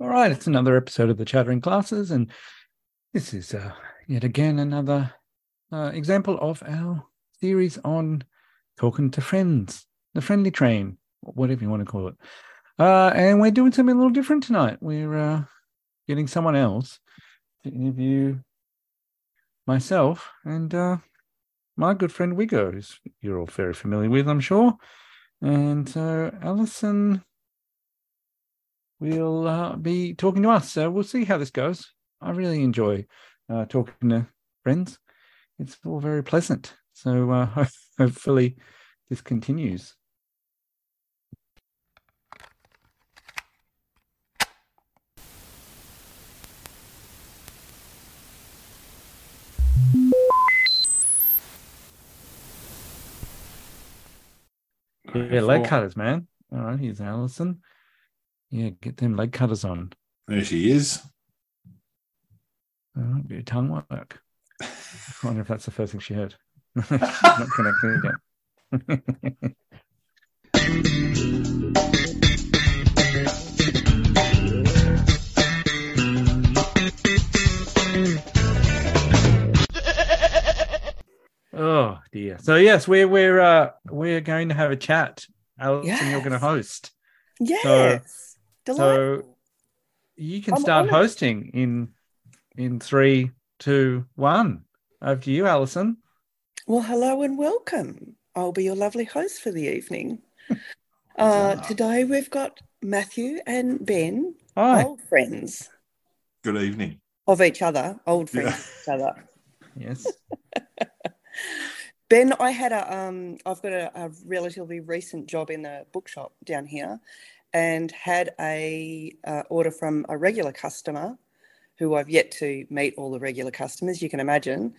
All right, it's another episode of the Chattering Classes, and this is uh, yet again another uh, example of our series on talking to friends, the friendly train, whatever you want to call it. Uh, and we're doing something a little different tonight. We're uh, getting someone else to interview myself and uh, my good friend Wigo, who's you're all very familiar with, I'm sure. And so Alison will uh, be talking to us. So we'll see how this goes. I really enjoy uh, talking to friends. It's all very pleasant. So uh, ho- hopefully this continues. Yeah, leg Four. cutters, man. All right, here's Alison. Yeah, get them leg cutters on. There she is. All right, bit of tongue work. I wonder if that's the first thing she heard. She's not connected yet. oh dear. So yes, we're we're uh, we're going to have a chat. Alison, you're going to Yes. host. Yes. So Delightful. you can I'm start honoured. hosting in in three, two, one. Over to you, Alison. well, hello and welcome. I'll be your lovely host for the evening. Uh, Wow. today we've got Matthew and Ben, Hi. old friends Good evening. of each other, old friends Yeah. of each other. Yes. Ben, I had a, um, I've got a, a relatively recent job in the bookshop down here, and had a uh, order from a regular customer, who I've yet to meet all the regular customers. You can imagine,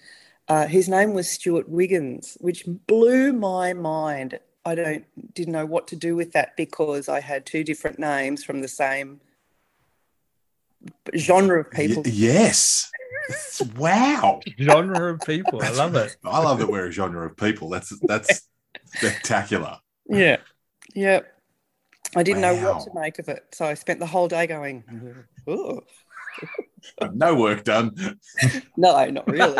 uh, whose name was Stuart Wiggins, which blew my mind. I don't didn't know what to do with that because I had two different names from the same genre of people. Y- yes. It's- wow. Genre of people. I That's- love it. I love that we're a genre of people. That's that's spectacular. Yeah. Yeah. I didn't know what to Wow. make of it. So I spent the whole day going, oh, No work done. no, not really.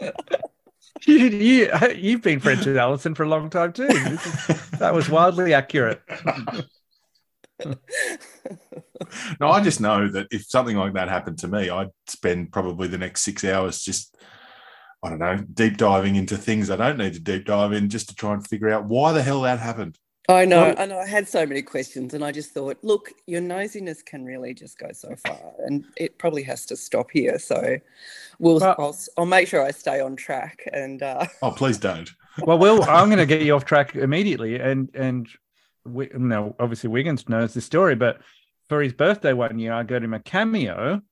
you, you, you've been friends with Alison for a long time too. This is- that was wildly accurate. No, I just know that if something like that happened to me, I'd spend probably the next six hours just, I don't know, deep diving into things I don't need to deep dive in just to try and figure out why the hell that happened. I know, Well- I know. I had so many questions, and I just thought, look, your nosiness can really just go so far, and it probably has to stop here. So, we'll, Well- I'll, s- I'll make sure I stay on track. And uh, Oh, please don't. Well, Will, I'm going to get you off track immediately, and and we, now obviously Wiggins knows the story, but for his birthday one year, I got him a cameo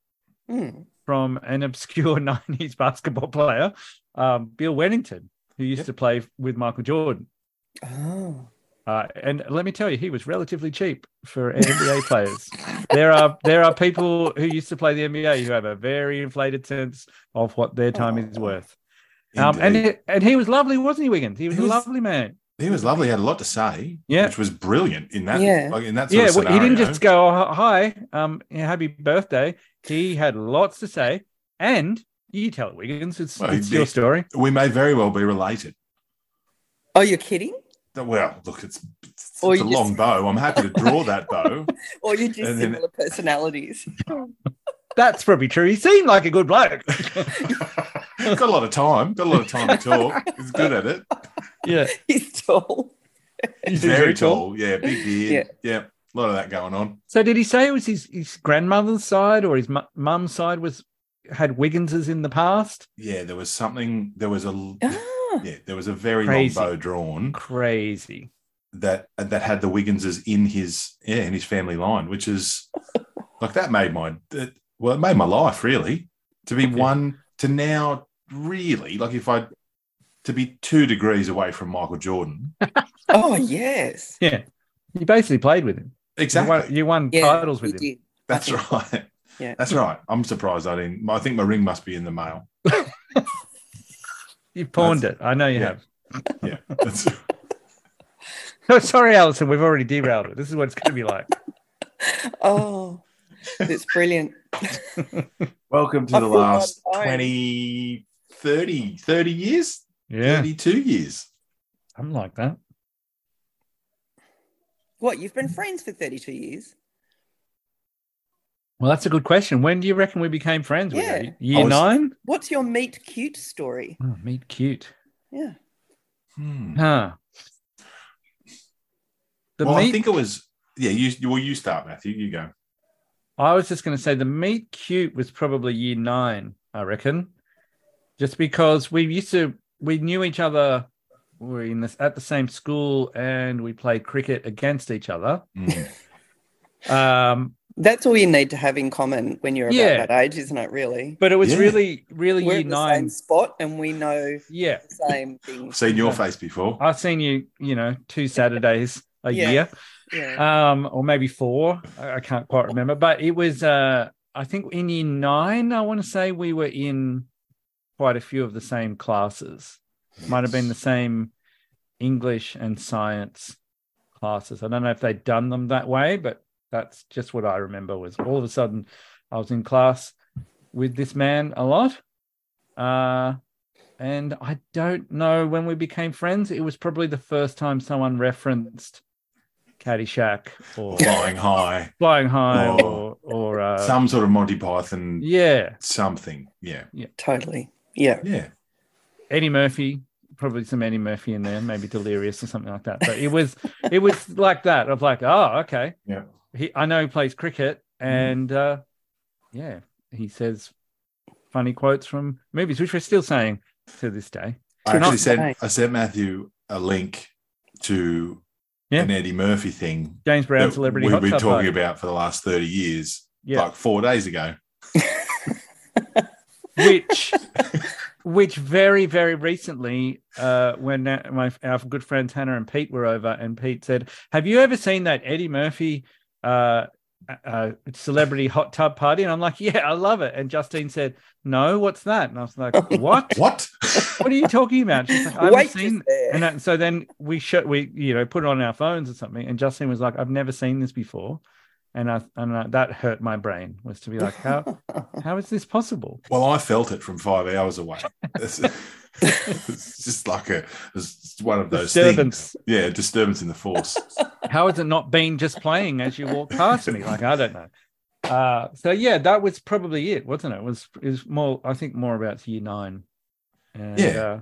mm, from an obscure 90s basketball player, um, Bill Wennington, who used Yep. to play with Michael Jordan. oh, Uh, and let me tell you, he was relatively cheap for NBA players. There are there are people who used to play the NBA who have a very inflated sense of what their time is Aw. worth. Um, and Oh, Indeed. he, and he was lovely, wasn't he, Wiggins? He was He a was- lovely man. He was lovely. Had a lot to say. Yeah. which was brilliant in that. Yeah. like in that sort Yeah, of well, scenario. he didn't just go, oh, "Hi, um, yeah, happy birthday." He had lots to say, and you tell it, Wiggins. It's, Well, he it's your did. story. We may very well be related. oh, you're kidding? Well, look, it's it's, Or it's a you just- long bow. I'm happy to draw that bow. Or you're just And then- similar personalities? That's probably true. He seemed like a good bloke. got a lot of time. Got a lot of time to talk. He's good at it. yeah, He's tall. He's very tall. Yeah, big beard. Yeah. a lot of that going on. So did he say it was his, his grandmother's side or his mu- mum's side was had Wiggins's in the past? Yeah, there was something. There was a l- Ah, yeah. There was a very Crazy. long bow drawn Crazy. that that had the Wigginses in his yeah in his family line, which is like that made my that, well it made my life really to be Yeah. one to now really like if I to be two degrees away from Michael Jordan oh, yes. Yeah. You basically played with him. exactly You won, you won Yeah, titles he with him. did. that's think- right Yeah. that's right I'm surprised I didn't I think my ring must be in the mail You pawned it. I know you Yeah. have. Oh, yeah that's, No, sorry, Alison. We've already derailed it. This is what it's going to be like. oh, it's brilliant. Welcome to I the feel like last I- 20, 30, 30 years, Yeah, 32 years. something like that. What, you've been friends for 32 years? Well, that's a good question. When do you reckon we became friends? with Yeah. you? Year I was- nine? What's your meet cute story? Oh, meet cute. Yeah. Hmm. Huh. The Well, I meet think it was, yeah, you, you- well, you start, Matthew. You go. I was just going to say the meet cute was probably year nine, I reckon, just because we used to we knew each other. We were in this at the same school and we played cricket against each other. Hmm. Um, That's all you need to have in common when you're Yeah. about that age, isn't it, really? but it was Yeah. really, really We're year in the same nine. spot and we know Yeah, the same things. Seen your Yeah. face before. I've seen you, you know, two Saturdays a Yeah. year, Yeah. um, or maybe four. I, I can't quite remember, but it was. Uh, I think in year nine, I want to say we were in quite a few of the same classes. might have been the same English and science classes. I don't know if they'd done them that way, but that's just what I remember was all of a sudden I was in class with this man a lot. Uh, and I don't know when we became friends. It was probably the first time someone referenced Caddyshack or flying high, Flying High Oh. or, or uh, some sort of Monty Python, yeah, something. Yeah. Totally. Yeah. Yeah. Eddie Murphy, probably some Eddie Murphy in there, maybe Delirious or something like that. But it was it was like that of like, oh, okay, Yeah. He, I know he plays cricket, and uh, yeah, he says funny quotes from movies, which we're still saying to this day. I Not actually sent today. I sent Matthew a link to Yeah. an Eddie Murphy thing James Brown that celebrity we've hot been tub talking party. about for the last 30 years, yeah, like four days ago. which which very very recently, uh, when uh, my our good friends Hannah and Pete were over, and Pete said, "Have you ever seen that Eddie Murphy?" Uh, uh, celebrity hot tub party, and I'm like, yeah, I love it. And Justine said, no, what's that? And I was like, what? What? what are you talking about? She's like, I haven't Wait seen. just there. And that, so then we show, we you know put it on our phones or something, and Justine was like, "I've never seen this before," and I and I, that hurt my brain was to be like, "How how is this possible?" well, I felt it from five hours away. It's, it's just like a it's one of those things. Disturbance. Yeah, disturbance in the force. How has it not been just playing as you walk past me? Like I don't know. Uh, so yeah, that was probably it, wasn't it? It was it was more I think more about year nine. And, Yeah. uh,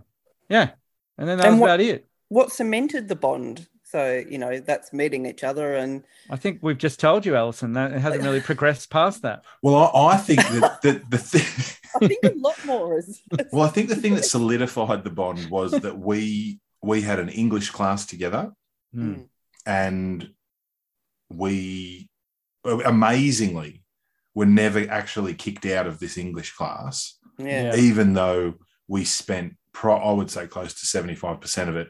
yeah, and then that And was what- about it. what cemented the bond? So, you know, that's meeting each other and I think we've just told you, Alison, that it hasn't really progressed past that. well, I, I think that the, the thing. I think a lot more is Well, I think the thing that solidified the bond was that we we had an English class together, Hmm. Mm. and we amazingly were never actually kicked out of this English class, yeah. Yeah. even though we spent pro- I would say close to seventy five percent of it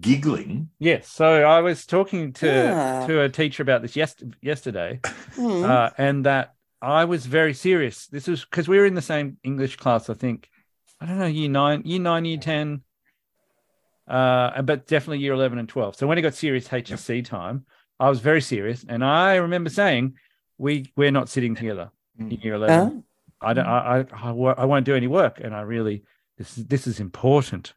giggling. Yes. So I was talking to Yeah. to a teacher about this yes, yesterday, Ah, Mm. uh, and that I was very serious. This was because we were in the same English class, I think. I don't know, year nine, year nine, year ten, uh, but definitely year eleven and twelve. So when it got serious HSC time, I was very serious, and I remember saying, "We we're not sitting together in year eleven. Huh? I don't. I, I, I wo- I won't do any work, and I really this is this is important.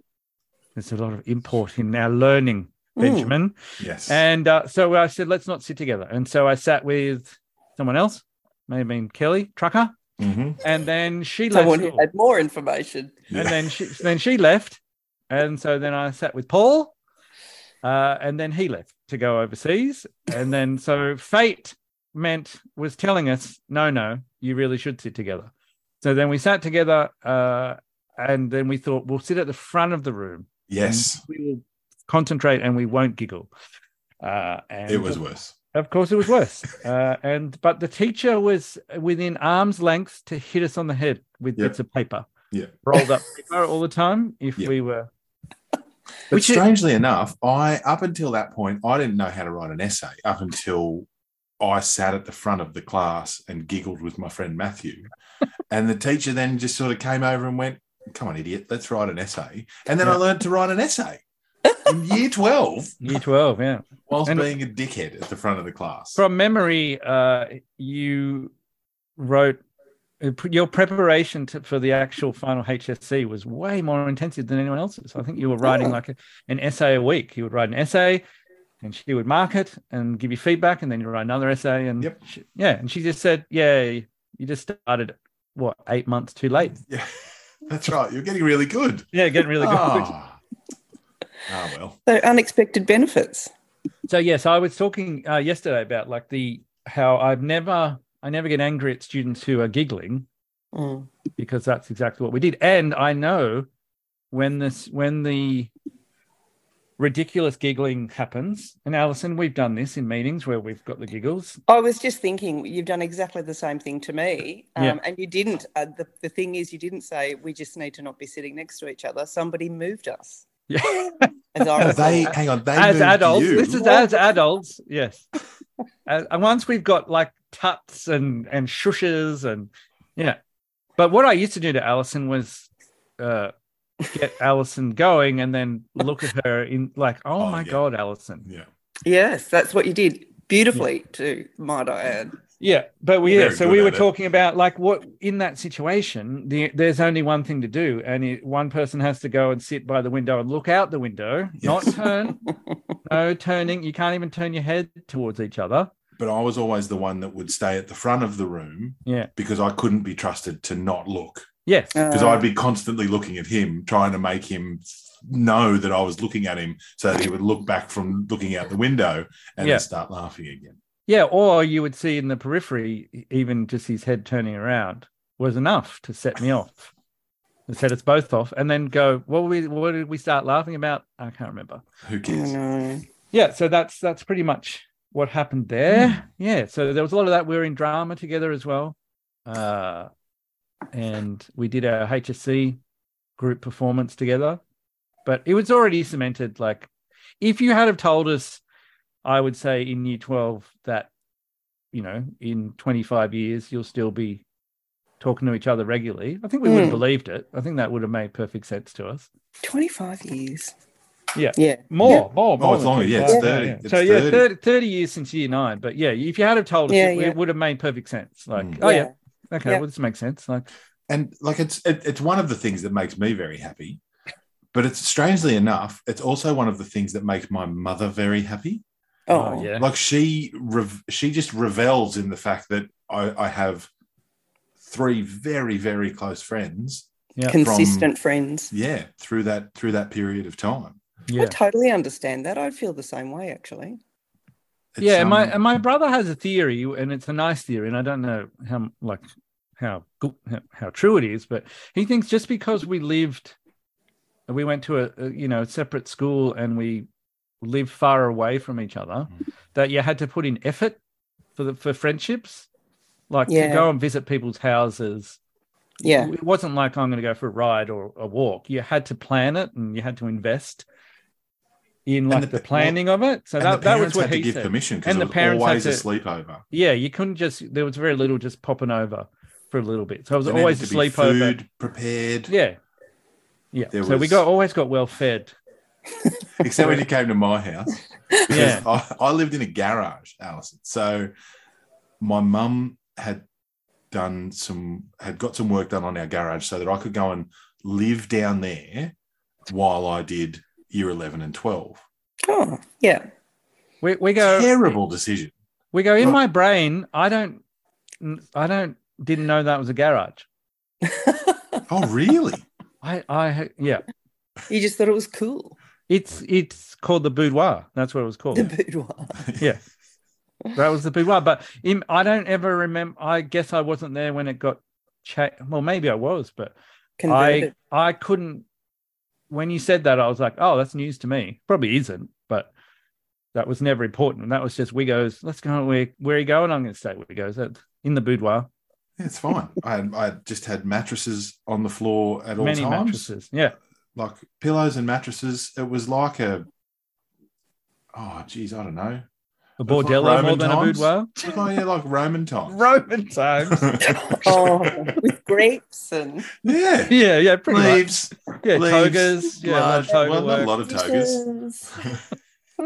There's a lot of import in our learning, Mm. Benjamin. Yes, And uh, so I said, let's not sit together. And so I sat with someone else, may have been Kelly Trucker, Mhm. and then she left. Someone who school. had more information. Yeah. And then she then she left, and so then I sat with Paul, uh, and then he left to go overseas, and then so fate meant was telling us, no, no, you really should sit together. So then we sat together, uh, and then we thought we'll sit at the front of the room. yes, We will concentrate, and we won't giggle. Uh, and it was worse. of course, it was worse. Uh, and but the teacher was within arm's length to hit us on the head with Yeah. bits of paper. Yeah. rolled up paper all the time. If Yeah. we were, But Which is- strangely enough, I up until that point, I didn't know how to write an essay. Up until I sat at the front of the class and giggled with my friend Matthew, and the teacher then just sort of came over and went, "Come on, idiot, let's write an essay." And then I Yeah. learned to write an essay. in year 12 Year 12, yeah. whilst And- being a dickhead at the front of the class. From memory, uh, you wrote uh, your preparation to, for the actual final HSC was way more intensive than anyone else's. I think you were writing Oh. like a, an essay a week. You would write an essay, and she would mark it and give you feedback, and then you write another essay. And Yep. she- yeah, and she just said, "Yeah, you just started what eight months too late." yeah, that's right. You're getting really good. Yeah, getting really good. Ah. ah, well. So unexpected benefits. so yes i was talking uh, yesterday about like the how i've never i never get angry at students who are giggling Mm. because that's exactly what we did and i know when this when the ridiculous giggling happens and alison we've done this in meetings where we've got the giggles I was just thinking, you've done exactly the same thing to me, um, Yeah. and you didn't. Uh, the, the thing is, you didn't say we just need to not be sitting next to each other. Somebody moved us. yeah As I No, recall. they hang on. They as moved adults you. this is as adults yes As- and once we've got like tuts and and shushes and yeah but what i used to do to alison was uh get alison going and then look at her in like oh, Oh, my yeah. god alison yeah. Yes, that's what you did beautifully, too, might I add. yeah but we yeah Very so good we were at it. talking about like what in that situation the, there's only one thing to do and it, one person has to go and sit by the window and look out the window not Yes. turn no turning you can't even turn your head towards each other But I was always the one that would stay at the front of the room yeah because I couldn't be trusted to not look. yes Because Uh, I'd be constantly looking at him, trying to make him know that I was looking at him so that he would look back from looking out the window and Yeah. then start laughing again. Yeah, or you would see in the periphery, even just his head turning around was enough to set me off. It set us both off, and then go. What were we? What did we start laughing about? I can't remember. Who Uh, I cares? know. Yeah, so that's that's pretty much what happened there. Yeah, so there was a lot of that. We were in drama together as well, uh, and we did our HSC group performance together. But it was already cemented. Like, if you had have told us, I would say in Year Twelve that, you know, in twenty five years you'll still be talking to each other regularly. I think we would have Mm. believed it. I think that would have made perfect sense to us. 25 years. Yeah. Yeah. More, more, more. Oh, it's than longer, yeah, 25, it's 30, it's So yeah, 30. 30, 30 years since year nine. But yeah, if you had have told us, Yeah, it, yeah. it would have made perfect sense. Like, Mm. oh yeah, okay, Yeah. well this makes sense. Like, and like it's it, it's one of the things that makes me very happy but it's strangely enough it's also one of the things that makes my mother very happy Oh, yeah, like she rev- she just revels in the fact that i, I have three very very close friends Yeah. Consistent friends. yeah through that through that period of time yeah, I totally understand that. I'd feel the same way, actually. It's, yeah. and my um, and my brother has a theory, and it's a nice theory, and I don't know how like how good how, how true it is, but he thinks just because we lived, we went to a, a you know separate school and we lived far away from each other, Mm. that you had to put in effort for the for friendships, like to Yeah. go and visit people's houses. Yeah. it wasn't like I'm going to go for a ride or a walk. You had to plan it and you had to invest in like the the, pa- planning of it. So and that, the that was parents what had to he give said. permission because And it the was parents had always a to- sleepover Yeah, you couldn't just there was very little just popping over for a little bit. So it was There always a needed to be sleepover. food prepared Yeah. Yeah. There so we was- got always got well fed. except when you came to my house Yeah. because I, I lived in a garage, Alison. So my mum had done some had got some work done on our garage so that I could go and live down there while I did year eleven and twelve. Oh, yeah. We we go Terrible decision. we go in Well- my brain, I don't I don't didn't know that was a garage. Oh really? I I yeah. you just thought it was cool. It's it's called the boudoir. That's what it was called. The boudoir. That was the big one. But in, I don't ever remember. I guess I wasn't there when it got cha- Well, maybe I was, but Converted. I I couldn't. When you said that, I was like, "Oh, that's news to me." Probably isn't, but that was never important. That was just we goes. Let's go. Where where you going? I'm going to stay. Where he goes That's in the boudoir. Yeah, it's fine. I had, I had just had mattresses on the floor at all Many times, mattresses. Yeah, like pillows and mattresses. It was like a oh geez, I don't know. A Like bordello more Roman than times? a boudoir? It's like, yeah, like Roman times. Roman times. Oh, with grapes and yeah. yeah, yeah, pretty much. Leaves. Yeah, leaves, togas. Yeah, large- toga well, not a work. lot of togas.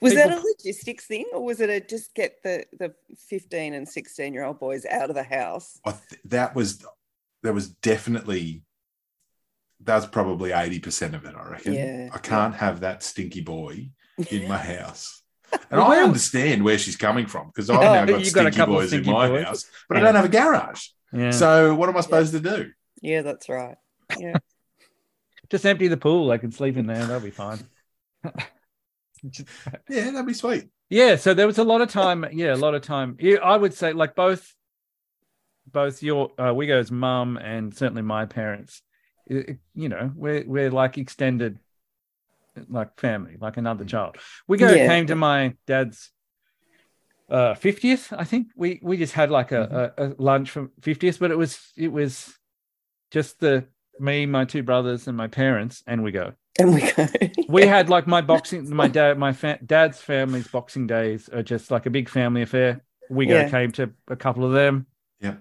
was People- that a logistics thing, or was it a just get the the fifteen and sixteen year old boys out of the house? I th- that was that was definitely that's probably eighty percent of it. I reckon. Yeah. I can't have that stinky boy in my house. And Well, I where- understand where she's coming from because I've Oh, now got you've stinky got a couple of boys stinky in my boys. house, but I Yeah. don't have a garage. Yeah. So what am I supposed to do? Yeah, that's right. Yeah, Just empty the pool. I can sleep in there. That'll be fine. Yeah, that'd be sweet. Yeah, so there was a lot of time. Yeah, a lot of time. Yeah, I would say like both, both your uh, Wigo's mum and certainly my parents. it- it- you know, we're we're like extended, like family, like another child. Wigo Yeah. came to my dad's uh, fiftieth, I think. We we just had like a, a, a lunch from fiftieth, but it was it was just the me, my two brothers, and my parents, and Wigo and we go. we had like my boxing my dad my fa- dad's family's boxing days are just like a big family affair we go Yeah. came to a couple of them Yep.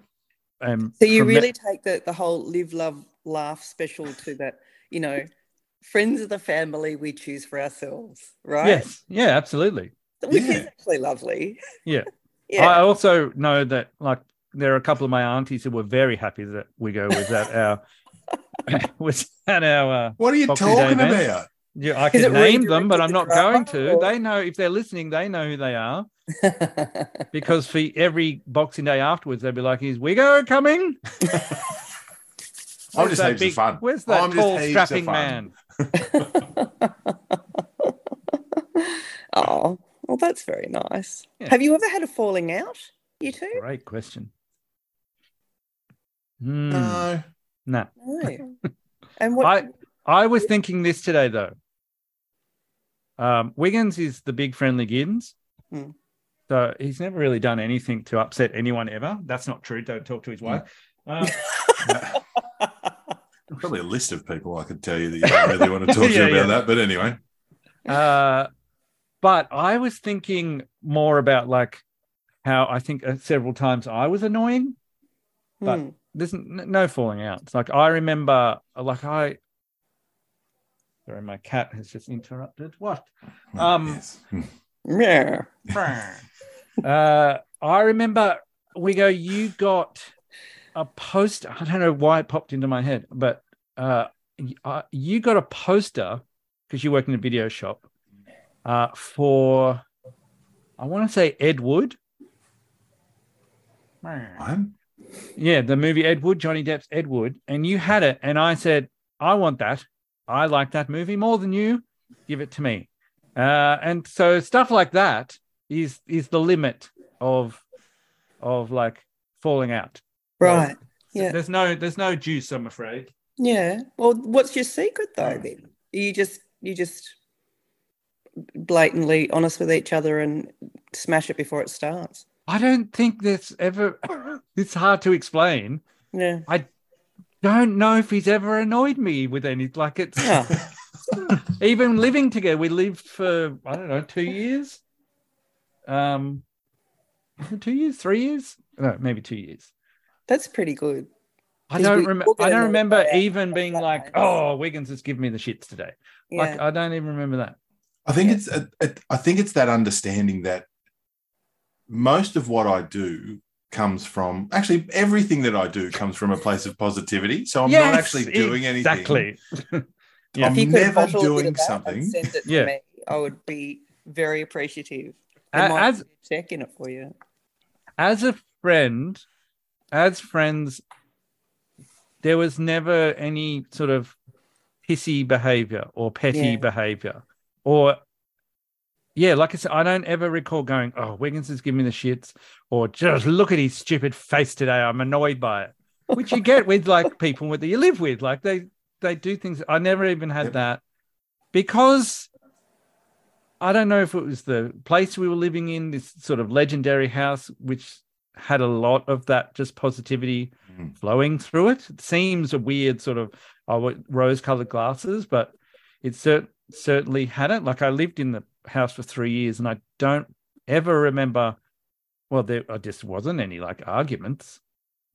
um So you from really take the the whole live, love, laugh special to that. You know, friends of the family we choose for ourselves, that- right? yes yeah absolutely which Yeah. is actually lovely. Yeah. i Yeah. also know that like there are a couple of my aunties who were very happy that we go was at our was at our uh, What are you Boxing Day talking event. about? yeah i Is could it really name them but i'm not directed going to to drama or- they know if they're listening they know who they are because for every boxing day afterwards they'd be like is wigo coming I'm Where's just that heaps big- of fun. Where's that I'm just tall, heaps of strapping fun. man? oh, well, that's very nice. Yeah. Have you ever had a falling out, you two? Great question. Hmm, No. nah. No. And Uh, what? Hmm. I I was thinking this today though. Um, Wiggins is the big friendly Giddens. Hmm. So he's never really done anything to upset anyone ever. That's not true. Don't talk to Hmm. his wife. Um, Probably a list of people I could tell you that you don't really want to talk Yeah, to about yeah. that. But anyway, uh, but I was thinking more about like how I think uh, several times I was annoying but- Hmm. there's n- no falling out. It's like I remember, like I. Sorry, my cat has just interrupted. What? Um, Yes. Yeah. uh, I remember we go. You got a post. I don't know why it popped into my head, but uh, y- uh, you got a poster because you worked in a video shop uh, for. I want to say Ed Wood. I'm Yeah, the movie Ed Wood, Johnny Depp's Ed Wood, and you had it, and I said, I want that. I like that movie more than you. Give it to me. Uh, and so stuff like that is is the limit of of like falling out. Right. Yeah. There's no there's no juice, I'm afraid. Yeah. Well, what's your secret though? Then Are you just you just blatantly honest with each other and smash it before it starts. I don't think there's ever. it's hard to explain. Yeah. Don't know if he's ever annoyed me with any like it's Oh, even living together we lived for i don't know two years um two years three years no maybe two years that's pretty good. i 'Cause don't we- remember we'll get i don't another remember day out even of being that like house. oh wiggins has given me the shits today Yeah. like i don't even remember that I think Yeah. it's a- a- I think it's that understanding that most of what I do comes from actually everything that I do comes from a place of positivity. So I'm not Yes, actually doing anything. exactly Yeah. I'm if you could never bottle a bit of doing that and something. send it to Yeah. me, I would be very appreciative. A- There might as- be a check in it for you. as a friend as friends there was never any sort of pissy behavior or petty Yeah. behavior or yeah like i said i don't ever recall going oh wiggins is giving me the shits or just look at his stupid face today i'm annoyed by it which you get with like people that you live with like they they do things i never even had Yep. that because i don't know if it was the place we were living in this sort of legendary house which had a lot of that just positivity Mm. flowing through it. It seems a weird sort of oh, rose colored glasses, but it cer- certainly hadn't. Like I lived in the house for three years and I don't ever remember. Well, there uh, just wasn't any like arguments,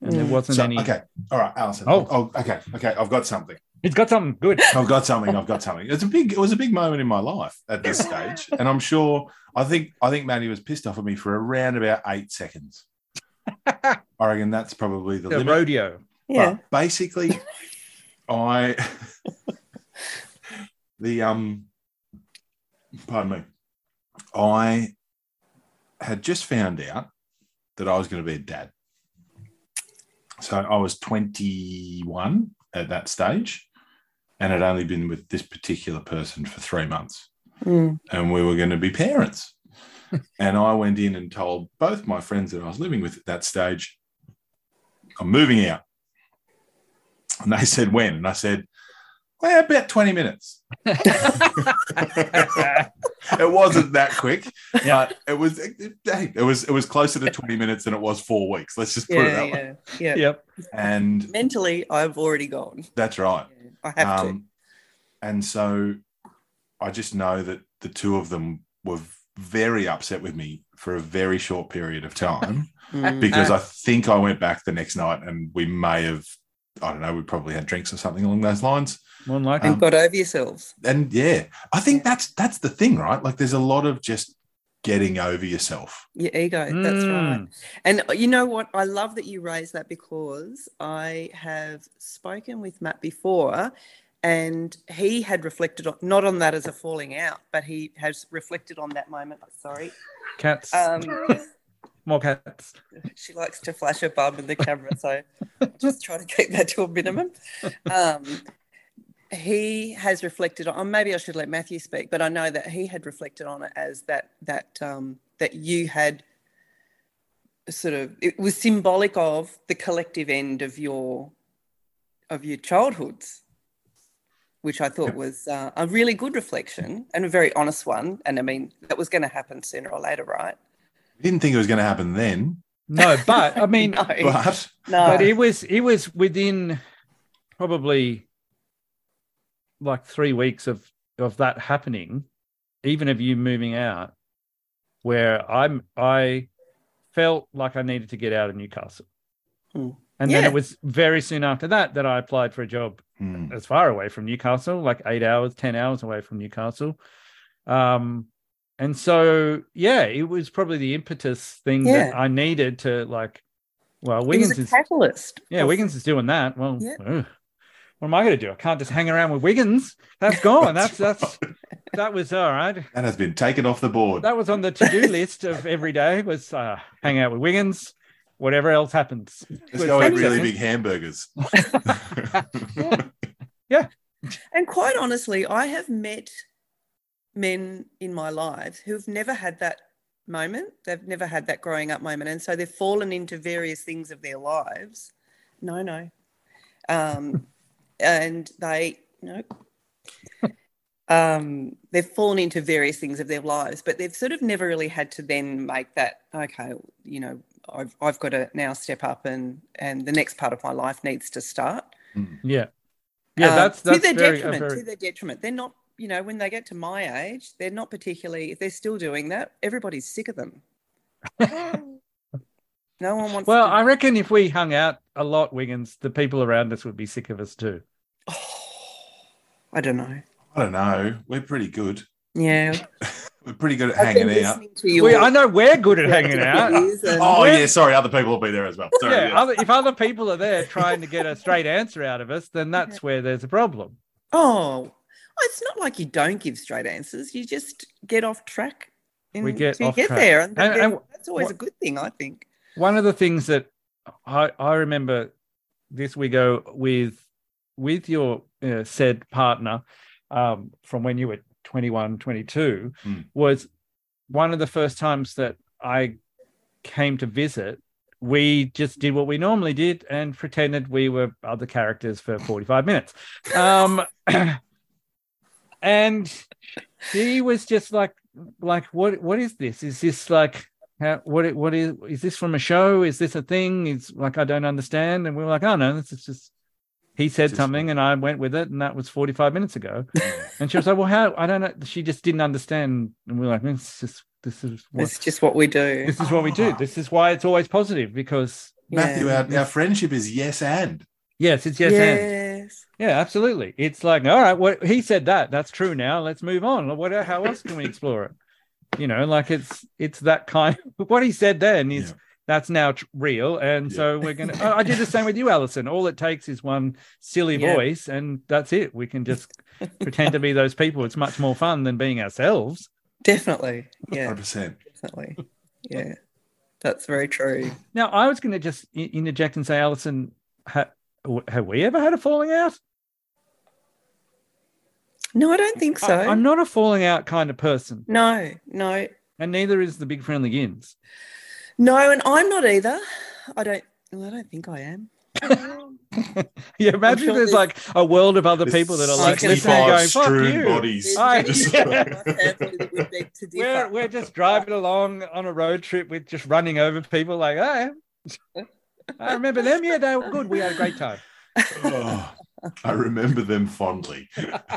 and there Mm. wasn't So, any. okay. All right, Alison. Oh. oh, okay. Okay. I've got something. He's got something good. I've got something. I've got something. It's a big. It was a big moment in my life at this stage, and I'm sure. I think. I think Maddie was pissed off at me for around about eight seconds. I reckon that's probably the, The limit. rodeo. Yeah. But basically, I the um pardon me. I had just found out that I was going to be a dad. So I was 21 at that stage and had only been with this particular person for 3 months Mm. and we were going to be parents. and I went in and told both my friends that I was living with at that stage, I'm moving out. And they said, when? And I said, well, about 20 minutes. it wasn't that quick. Yeah. but it was it, hey, it was it was closer to 20 minutes than it was four weeks. Let's just put it Yeah, that way. yeah, yeah, yep. And Mentally, I've already gone. that's right. I have Um, to. Um, And so I just know that the two of them were very upset with me for a very short period of time Mm. because I think I went back the next night and we may have, I don't know, we probably had drinks or something along those lines. More than likely. and got over yourselves. And yeah, I think that's that's the thing, right? Like there's a lot of just getting over yourself. Your ego. That's right. Mm. And uh, you know what? I love that you raised that because I have spoken with Matt before and he had reflected on not on that as a falling out, but he has reflected on that moment. Sorry. Cats. Um, More cats. she likes to flash her bum in the camera, so I'll just try to keep that to a minimum. Um, he has reflected on. Maybe I should let Matthew speak, but I know that he had reflected on it as that that um, that you had sort of it was symbolic of the collective end of your of your childhoods, which I thought was uh, a really good reflection and a very honest one. And I mean, that was going to happen sooner or later, right? We didn't think it was going to happen then, No, but I mean, No. but No. but it was it was within probably like three weeks of of that happening even of you moving out where i'm i felt like i needed to get out of newcastle Hmm. and then Yeah. it was very soon after that that i applied for a job Hmm. as far away from newcastle like eight hours ten hours away from newcastle um and so yeah it was probably the impetus thing that Yeah. i needed to like well It wiggins was a is catalyst. yeah, for- Wiggins is doing that. Well, Yeah. ugh, what am I going to do? I can't just hang around with Wiggins. That's gone. that's that's that was all right. that has been taken off the board. That was on the to-do list of every day was uh, hang out with Wiggins. Whatever else happens, Let's go eat Good. really big hamburgers. And quite honestly, I have met men in my lives who've never had that moment. They've never had that growing up moment. And so they've fallen into various things of their lives. No, no. Um, and they, nope. Um, they've fallen into various things of their lives, but they've sort of never really had to then make that, okay, you know, I've, I've got to now step up and, and the next part of my life needs to start. yeah, yeah. Um, that's that's to their very, detriment. very- To their detriment, they're not. You know, when they get to my age, they're not particularly. If they're still doing that, everybody's sick of them. no one wants. well. to, I reckon if we hung out a lot, Wiggins, the people around us would be sick of us too. I don't know. I don't know. We're pretty good. Yeah, We're pretty good at I've been hanging out. listening to you. We, all I know we're good at for hanging out. years and- Oh We're- yeah, sorry. Other people will be there as well. Sorry, Yeah, yeah. other, if other people are there trying to get a straight answer out of us, then that's where there's a problem. oh, it's not like you don't give straight answers. You just get off track. In, We get till you off get track. there, and, And- and that's always what- a good thing, I think. one of the things that I, I remember this we go with with your uh, said partner um, from when you were 21 22 Mm. was one of the first times that i came to visit we just did what we normally did and pretended we were other characters for 45 minutes um, and she was just like like what what is this is this like how, what it- what is is this from a show? Is this a thing? Is like I don't understand. And we were like, oh no, this is just he said Just- something and I went with it, and that was 45 minutes ago. and she was like, Well, how I don't know. She just didn't understand. And we were like, it's just This is what It's just what we do. this is what we do. Ah. This is why it's always positive because Matthew, yeah. our, our friendship is yes and. yes, it's yes, and yes. yeah, absolutely. It's like all right, what he said that that's true. Now let's move on. What how else can we explore it? You know, like it's it's that kind. What he said then is Yeah. that's now tr- real, and Yeah. so we're gonna. I, I did the same with you, Alison. All it takes is one silly Yeah. voice, and that's it. We can just pretend to be those people. It's much more fun than being ourselves. Definitely. Yeah, 100%. definitely. Yeah. That's very true. Now, I was going to just i- interject and say, Alison, ha- w- have we ever had a falling out? No, I don't think so. I, am not a falling out kind of person, no, no, and neither is the big friendly gins. no, and I'm not either. I don't. Well, I don't think I am. Yeah, imagine sure there's there's- like a world of other There's people that are like listening, 65 and going, "Fuck strewn you." bodies. I- There's many people in my family that would beg to We're differ. we're just driving along on a road trip with just running over people like, "Hey, I remember them. Yeah, they were good. We had a great time. Oh, I remember them fondly. Yeah,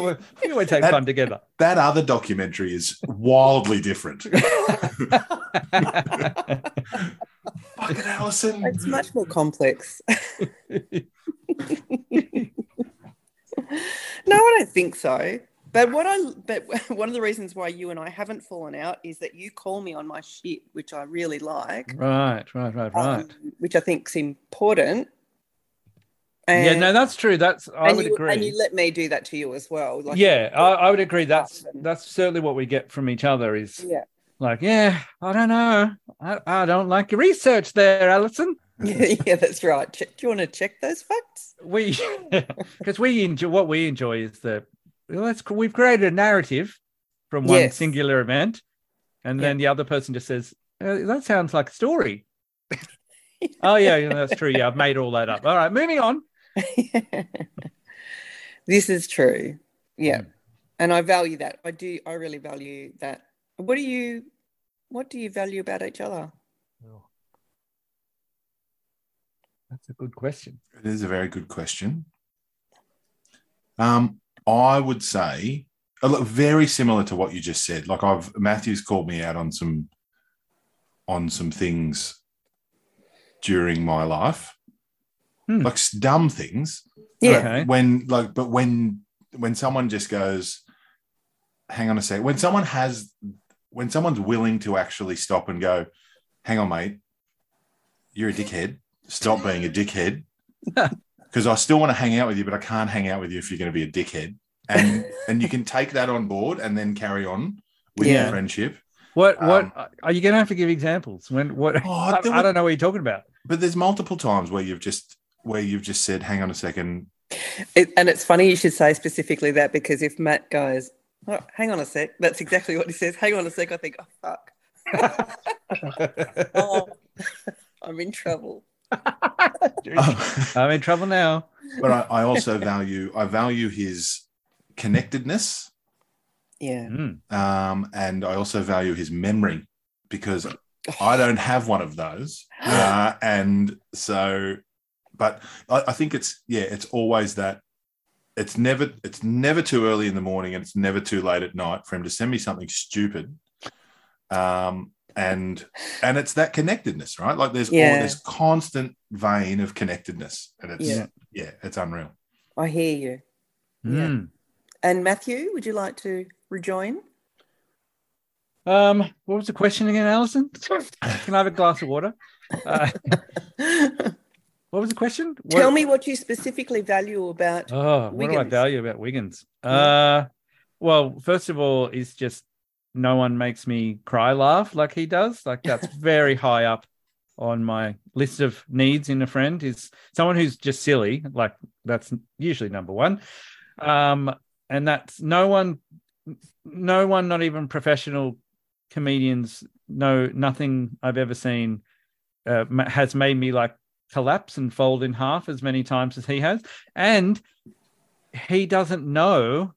we, we always had That- fun together." That other documentary is wildly different. Fucking Alison. It's much more complex. No, I don't think so. But what I but one of the reasons why you and I haven't fallen out is that you call me on my shit, which I really like, right, right, right, right. um, which I think's important. And, yeah, no, that's true. That's I and would you, agree. And you let me do that to you as well. Like, yeah, I, I would agree. That's Um, that's certainly what we get from each other is yeah, like, yeah, I don't know, I, I don't like your research there, Alison. yeah, yeah, that's right. Check, do you want to check those facts? We because we enjoy what we enjoy is the well, let's we've created a narrative from one Yes. singular event, and then the other person just says, uh, "That sounds like a story." oh yeah, yeah, that's true. Yeah, I've made all that up. All right, moving on. this is true. Yeah, Hmm. and I value that. I do. I really value that. What do you? What do you value about each other? Oh. That's a good question. It is a very good question. Um, I would say a lot, very similar to what you just said. Like I've Matthew's called me out on some on some things during my life, Hmm. like s- dumb things. Yeah. Okay. When like, but when when someone just goes, hang on a sec. When someone has, when someone's willing to actually stop and go, hang on, mate, you're a dickhead. Stop being a dickhead. Because I still want to hang out with you, but I can't hang out with you if you're going to be a dickhead. And and you can take that on board and then carry on with Yeah. your friendship. What what Um, are you going to have to give examples? When what? Oh, I, there I were- don't know what you're talking about. but there's multiple times where you've just where you've just said, hang on a second, It, and it's funny you should say specifically that because if Matt goes, "Oh, hang on a sec, that's exactly what he says. Hang on a sec, I think, oh, fuck, oh, I'm in trouble. I'm in trouble now. but I, I also value I value his connectedness, Yeah. Mm. um, and I also value his memory because I don't have one of those, uh, and so, but I, I think it's yeah, it's always that. It's never it's never too early in the morning, and it's never too late at night for him to send me something stupid. Um, and and it's that connectedness, right? Like there's Yeah. all this constant vein of connectedness, and it's Yeah. yeah it's unreal. I hear you. Mm. And Matthew, would you like to rejoin? Um, what was the question again, Alison? Can I have a glass of water? Uh, what was the question? What- Tell me what you specifically value about. Oh, what do I Wiggins. value about Wiggins? Yeah. Uh, well, first of all, is just no one makes me cry laugh like he does. Like that's very high up on my list of needs in a friend is someone who's just silly. Like that's usually number one. Um, and that's no one, no one, not even professional comedians. No, nothing I've ever seen uh, ma- has made me like collapse and fold in half as many times as he has. And he doesn't know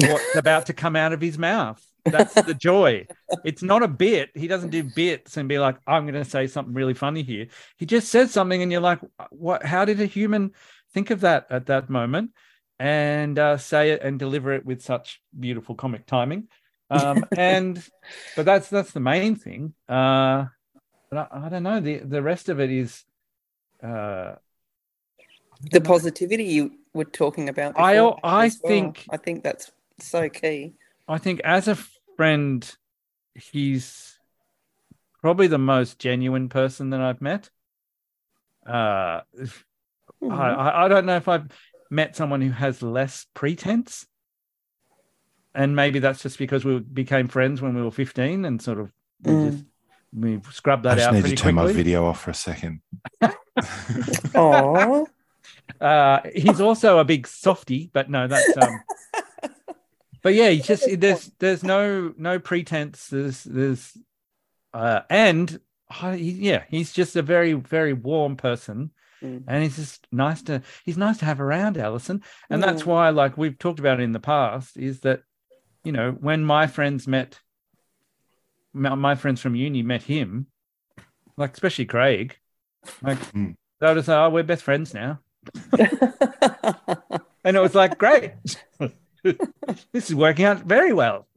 what's about to come out of his mouth. That's the joy. It's not a bit. He doesn't do bits and be like, I'm going to say something really funny here. He just says something, and you're like, what? How did a human think of that at that moment and uh, say it and deliver it with such beautiful comic timing? Um, and but that's that's the main thing. Uh, but I, I don't know. The the rest of it is. Uh, The positivity you were talking about. I- before I as well. think- I think that's so key. I think as a friend, he's probably the most genuine person that I've met. Uh, Mm-hmm. I, I- I don't know if I've met someone who has less pretense. And maybe that's just because we became friends when we were 15 and sort of we, Mm. just, we scrubbed I that just out need pretty to turn my quickly. video off for a second. Oh, Uh, he's also a big softy, but no, that's um. but yeah, he's just there's there's no no pretense. There's there's uh, and I, he, yeah, he's just a very very warm person, Mm. and he's just nice to he's nice to have around, Alison. And that's why, like we've talked about in the past, is that you know when my friends met, my, my friends from uni met him, like especially Craig, like Mm. they would just say, "Oh, we're best friends now." And it was like, great. this is working out very well.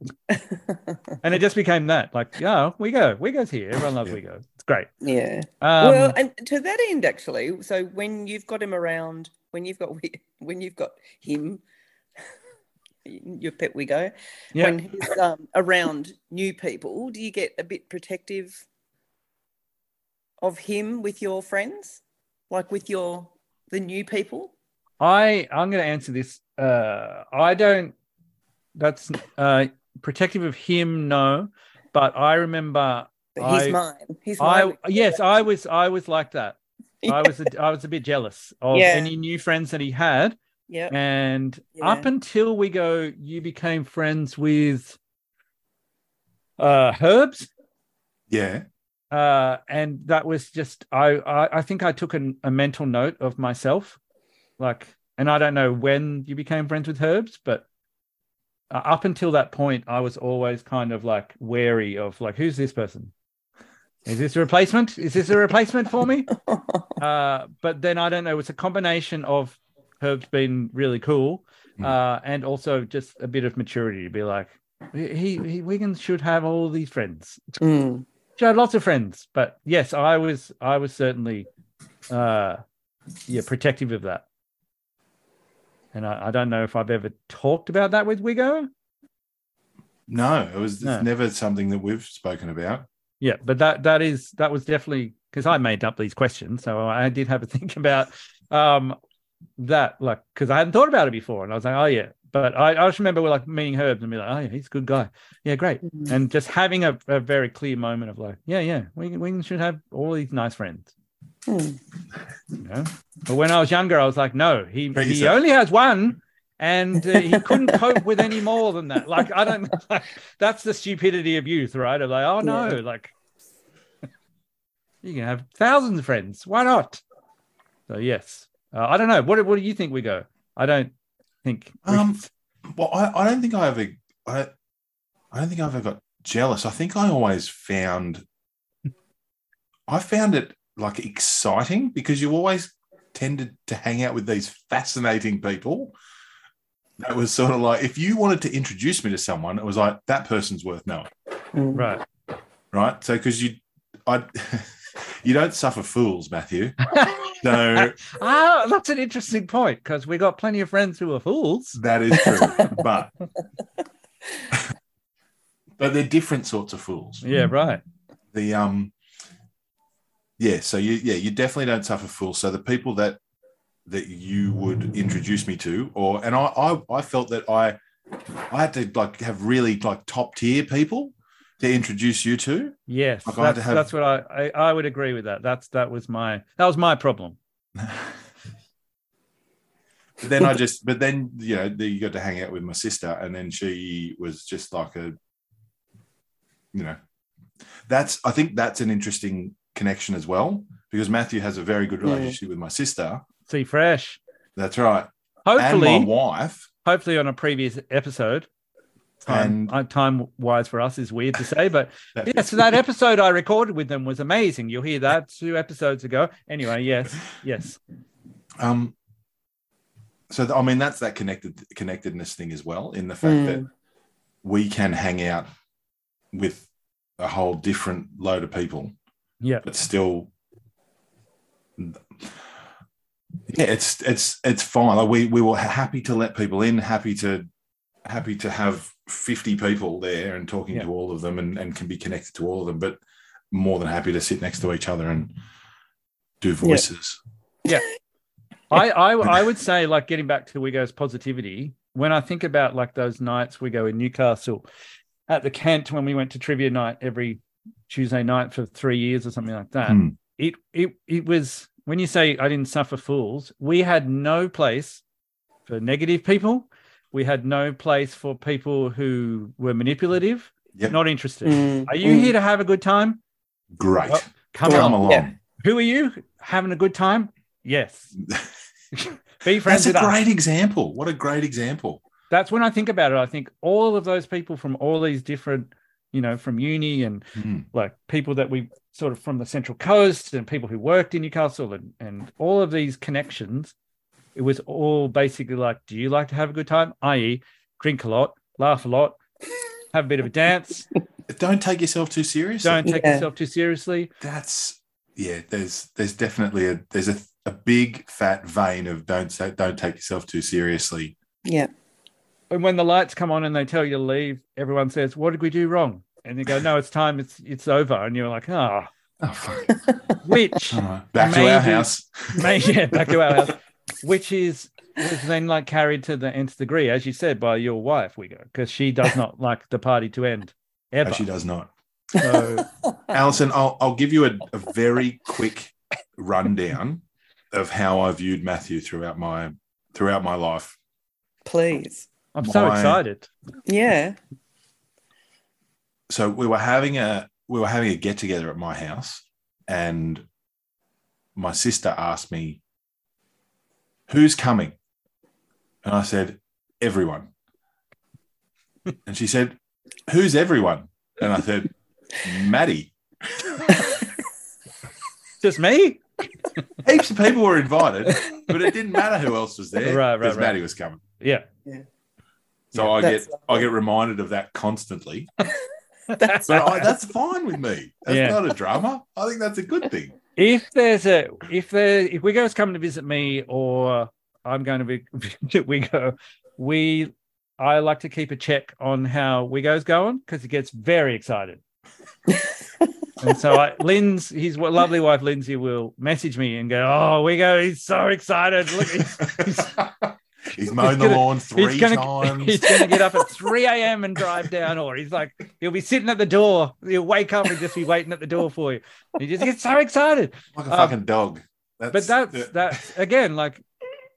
and it just became that like, yeah, we go. We goes here. Everyone loves Yeah. we go. It's great. yeah. Um, well, and to that end, actually, so when you've got him around, when you've got Wi- when you've got him, your pet Wigo, Yeah. when he's um, around new people, do you get a bit protective of him with your friends, like with your the new people? I, I'm going to answer this. Uh, I don't, that's uh, protective of him, no. But I remember, But he's I- mine. He's I mine. yes, I was, I was like that. I was, a, I was a bit jealous of Yeah. any new friends that he had. yeah. And Yeah. up until we go, you became friends with uh Herbs. yeah. Uh and that was just I I, I think I took an, a mental note of myself. Like, and I don't know when you became friends with Herbs, but uh, up until that point, I was always kind of like wary of like, who's this person? Is this a replacement? Is this a replacement for me? Uh, but then I don't know. It's a combination of Herb's been really cool, Mm. uh, and also just a bit of maturity to be like, he, he Wiggins should have all these friends. Mm. She had lots of friends, but yes, I was I was certainly, uh, yeah, protective of that. And I, I don't know if I've ever talked about that with Wiggo. No, it was it's No. never something that we've spoken about. Yeah, but that that is that was definitely because I made up these questions, so I did have a think about um that, like because I hadn't thought about it before, and I was like, oh yeah. But I, I just remember we're like meeting Herbs and be like, oh yeah, he's a good guy. Yeah, great. And just having a, a very clear moment of like, yeah, yeah, we we should have all these nice friends. Mm. You know? But when I was younger, I was like, no, he Treat he yourself. only has one. And uh, he couldn't cope with any more than that. Like I don't. Like, that's the stupidity of youth, right? Of like, oh no, like you can have thousands of friends. Why not? So yes, uh, I don't know. What do- what do you think we go? I don't think. we- Um, Well, I, I don't think I ever I, I don't think I ever got jealous. I think I always found I found it like exciting because you always tended to hang out with these fascinating people. That was sort of like if you wanted to introduce me to someone, it was like that person's worth knowing. Mm. right. right? So because you, I, you don't suffer fools, Matthew. So Ah, that's an interesting point because we got plenty of friends who are fools. that is true, but but they're different sorts of fools. Yeah, right. The um, yeah. So you yeah you definitely don't suffer fools. So the people that that you would introduce me to, or and I I, I felt that I I had to like have really like top tier people to introduce you to. Yes, Like, I had that's, to have- that's what I, I I would agree with that. That's that was my that was my problem. But then I just, but then you know, then you got to hang out with my sister, and then she was just like a, you know, that's. I think that's an interesting connection as well because Matthew has a very good Yeah. relationship with my sister. See, fresh. That's right, and Hopefully, my wife. hopefully on a previous episode. Time, And uh, time wise for us is weird to say, but that- yes, that episode I recorded with them was amazing. You'll hear that two episodes ago. Anyway, yes, yes, um, so th- I mean, that's that connected connectedness thing as well. In the fact Mm. that we can hang out with a whole different load of people, Yeah. but still, yeah, it's it's it's fine. Like we we were happy to let people in, happy to happy to have fifty people there and talking Yeah. to all of them, and and can be connected to all of them, but more than happy to sit next to each other and do voices. I, I I would say like getting back to Wigo's positivity. When I think about like those nights we go in Newcastle at the Kent when we went to trivia night every Tuesday night for three years or something like that. Hmm. It it it was when you say I didn't suffer fools. We had no place for negative people. We had no place for people who were manipulative, Yep. not interested. Mm, Are you mm. here to have a good time? Great, Well, Come on. come along. Yeah. Who are you? Having a good time? Yes. Be friends That's a with us. great example. What a great example. that's when I think about it. I think all of those people from all these different, you know, from uni and Hmm. like people that we sort of from the central coast and people who worked in Newcastle and, and all of these connections, it was all basically like, do you like to have a good time? I.e., drink a lot, laugh a lot, have a bit of a dance, Don't take yourself too seriously. don't take Yeah. yourself too seriously. That's yeah. There's there's definitely a there's a, a big fat vein of don't say, don't take yourself too seriously. Yeah. And when the lights come on and they tell you to leave, everyone says, What did we do wrong? And they go, No, it's time, it's it's over. And you're like, ah, Oh, fuck. which All right. Back to our Amazing. house. Mate, yeah, back to our house, which is was then like carried to the nth degree, as you said, by your wife, we go, because she does not like the party to end ever. No, she does not. So, Alison, I'll I'll give you a, a very quick rundown of how I viewed Matthew throughout my throughout my life. Please. I'm so My- excited. Yeah. so we were having a we were having a get together at my house and my sister asked me who's coming and i said everyone and she said who's everyone and i said maddie Just me? heaps of people were invited but it didn't matter who else was there Right, right, because right. maddie was coming Yeah. so Yeah, i that's get i get reminded of that constantly That's but I, that's fine with me that's Yeah. not a drama i think that's a good thing If there's a if there if Wigo's coming to visit me or I'm going to be visit Wigo, we I like to keep a check on how Wigo's going because he gets very excited. and so I Lynn's his wa- lovely wife Lindsay will message me and go, Oh, Wigo, he's so excited. Look, he's, he's mowing he's the gonna- lawn three he's gonna times. he's gonna get up at 3 a.m. and drive down, or he's like, he'll be sitting at the door. He'll wake up and just be waiting at the door for you. He just gets so excited. like a um, fucking dog. but that's that's again like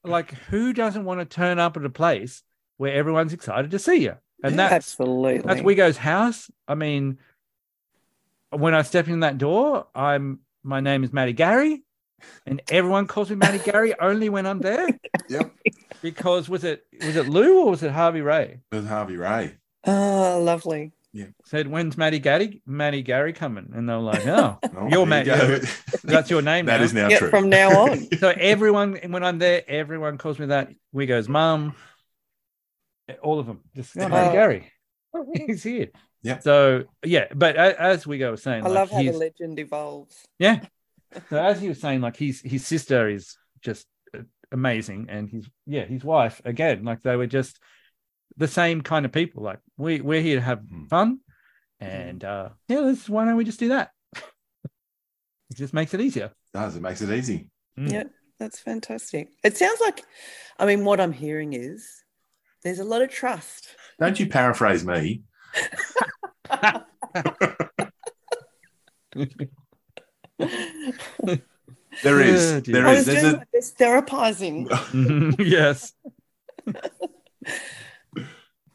like who doesn't want to turn up at a place where everyone's excited to see you and Yeah. that's absolutely. that's wigo's house i mean when i step in that door i'm my name is matty gary and everyone calls me matty gary only when i'm there Yep. because was it was it lou or was it harvey ray with Harvey Ray. Oh, lovely. said when's matty gary matty gary coming and they're like oh No, Your there mate, you go. that's your name that now. is now Yeah, true. from now on. so everyone when I'm there, everyone calls me that. We goes, Mum. All of them. Just oh, Yeah. no, Gary. He's here. Yeah. So yeah, but a- as we go saying, I like, love how the his- legend evolves. yeah. So as he was saying, like his his sister is just uh, amazing, and his yeah his wife again, like they were just the same kind of people. Like we we're here to have Mm. fun, and uh yeah, let's why don't we just do that? it just makes it easier. Does it makes it easy? Mm. Yeah. That's fantastic. It sounds like, I mean, what I'm hearing is there's a lot of trust. Don't you paraphrase me? There Oh, is, dear. there I is. was There's doing a like this therapizing. yes.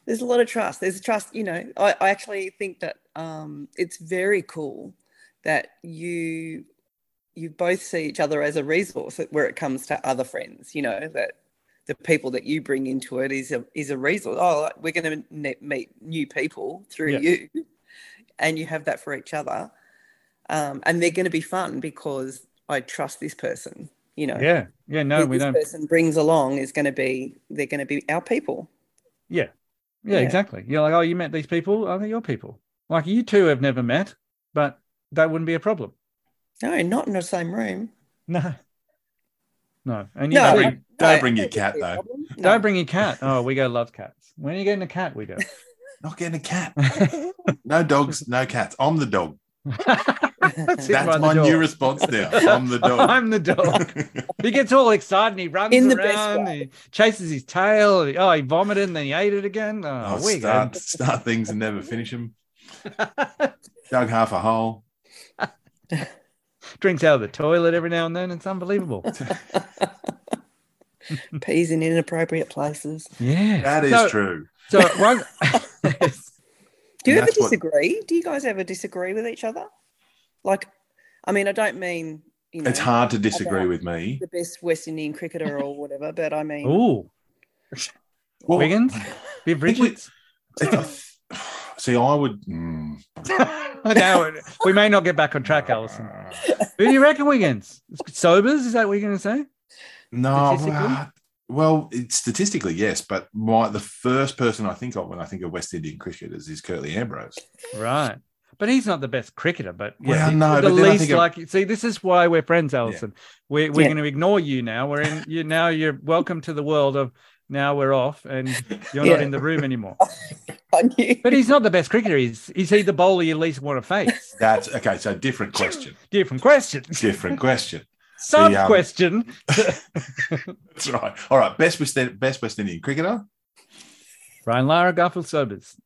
There's a lot of trust. There's trust, you know. I, I actually think that um, it's very cool that you you both see each other as a resource where it comes to other friends, you know, that the people that you bring into it is a is a resource. Oh, we're going to ne- meet new people through Yeah. you, and you have that for each other, um, and they're going to be fun because I trust this person, you know. Yeah, yeah, no, Who we this don't. person brings along is going to be they're going to be our people. Yeah, Yeah. exactly. You're like, oh, you met these people. Are they your people? Like you two have never met, but that wouldn't be a problem. No, not in the same room. No. No. And you No, don't, bring- bring, don't no, bring that your would be cat, a though. problem. No. don't bring your cat. Oh, we go love cats. When are you getting a cat? We go. Not getting a cat. No dogs, no cats. I'm the dog. That's, it by That's the my door. new response now. I'm the dog. I'm the dog. He gets all excited and he runs In the best around. way. He chases his tail. and he- oh, he vomited and then he ate it again. Oh, I'll we start, start things and never finish them. Dug half a hole. Drinks out of the toilet every now and then. It's unbelievable. Peas in inappropriate places. Yeah, That is so, true. So one, Do you And ever that's what- disagree? Do you guys ever disagree with each other? Like, I mean, I don't mean you know It's hard to disagree with me. the best West Indian cricketer or whatever, but I mean, ooh, Well, Wiggins, Viv think we- Richards. it's a- see, I would. mm. no, we may not get back on track, Alison. Who do you reckon Wiggins? Sobers? Is that what you're going to say? No. Statistically? uh, Well, it, statistically, yes, but my the first person I think of when I think of West Indian cricketers is Curtly Ambrose. Right. But he's not the best cricketer, but yeah, Well, no, the but then I least think of- like see, this is why we're friends, Alison. We're we're Yeah. gonna ignore you now. We're in you now you're welcome to the world of now we're off and you're not Yeah. in the room anymore. I knew. But he's not the best cricketer. He's is he the bowler you least want to face? That's okay. So different question. Different question. Different question. Sub um, question. That's right. All right. Best West best West Indian cricketer. Ryan Lara, Garfield Sobers,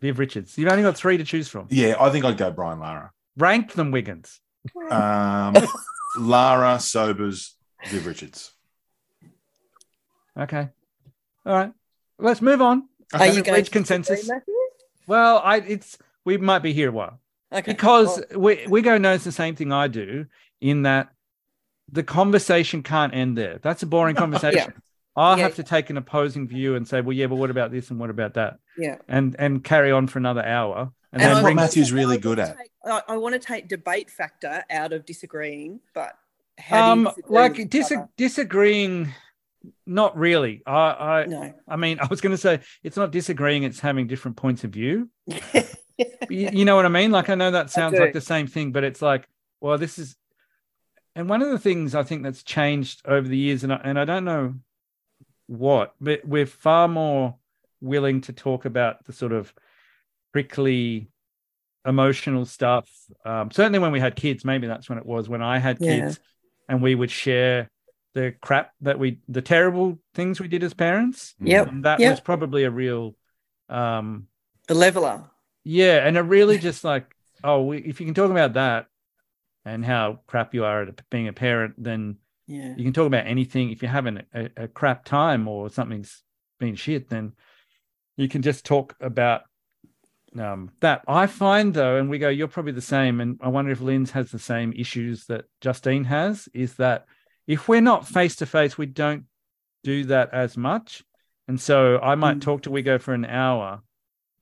Viv Richards. You've only got three to choose from. Yeah, I think I'd go Brian Lara. Rank them, Wiggins. Um, Lara Sobers, Viv Richards. Okay. All right. Let's move on. Are you Haven't going reached to consensus? disagree, Matthew? Well, I it's we might be here a while. Okay. because we we go knows the same thing I do in that the conversation can't end there. That's a boring conversation. I Yeah, have to take an opposing view and say, well, yeah, but what about this and what about that, yeah. and and carry on for another hour. And, And then I'm- bring, Matthew's I really want good to at. take- I, I want to take debate factor out of disagreeing, but how do um you disagree like with dis- each other? disagreeing. Not really. I I, No. I mean, I was going to say it's not disagreeing; it's having different points of view. you, you know what I mean? Like I know that sounds do. like the same thing, but it's like, well, this is, and one of the things I think that's changed over the years, and I, and I don't know what, but we're far more willing to talk about the sort of prickly, emotional stuff. Um, certainly when we had kids, maybe that's when it was. When I had Yeah. kids, and we would share the crap that we, the terrible things we did as parents, Mm. Yep. and that Yeah. was probably a real. Um, The leveler. yeah, and it really just like, oh, we, if you can talk about that and how crap you are at being a parent, then Yeah. you can talk about anything. If you're having a, a crap time or something's been shit, then you can just talk about um, that. I find though, and we go, you're probably the same, and I wonder if Lynn's has the same issues that Justine has. Is that if we're not face to face, we don't do that as much, and so I might Mm. talk to Wigo for an hour,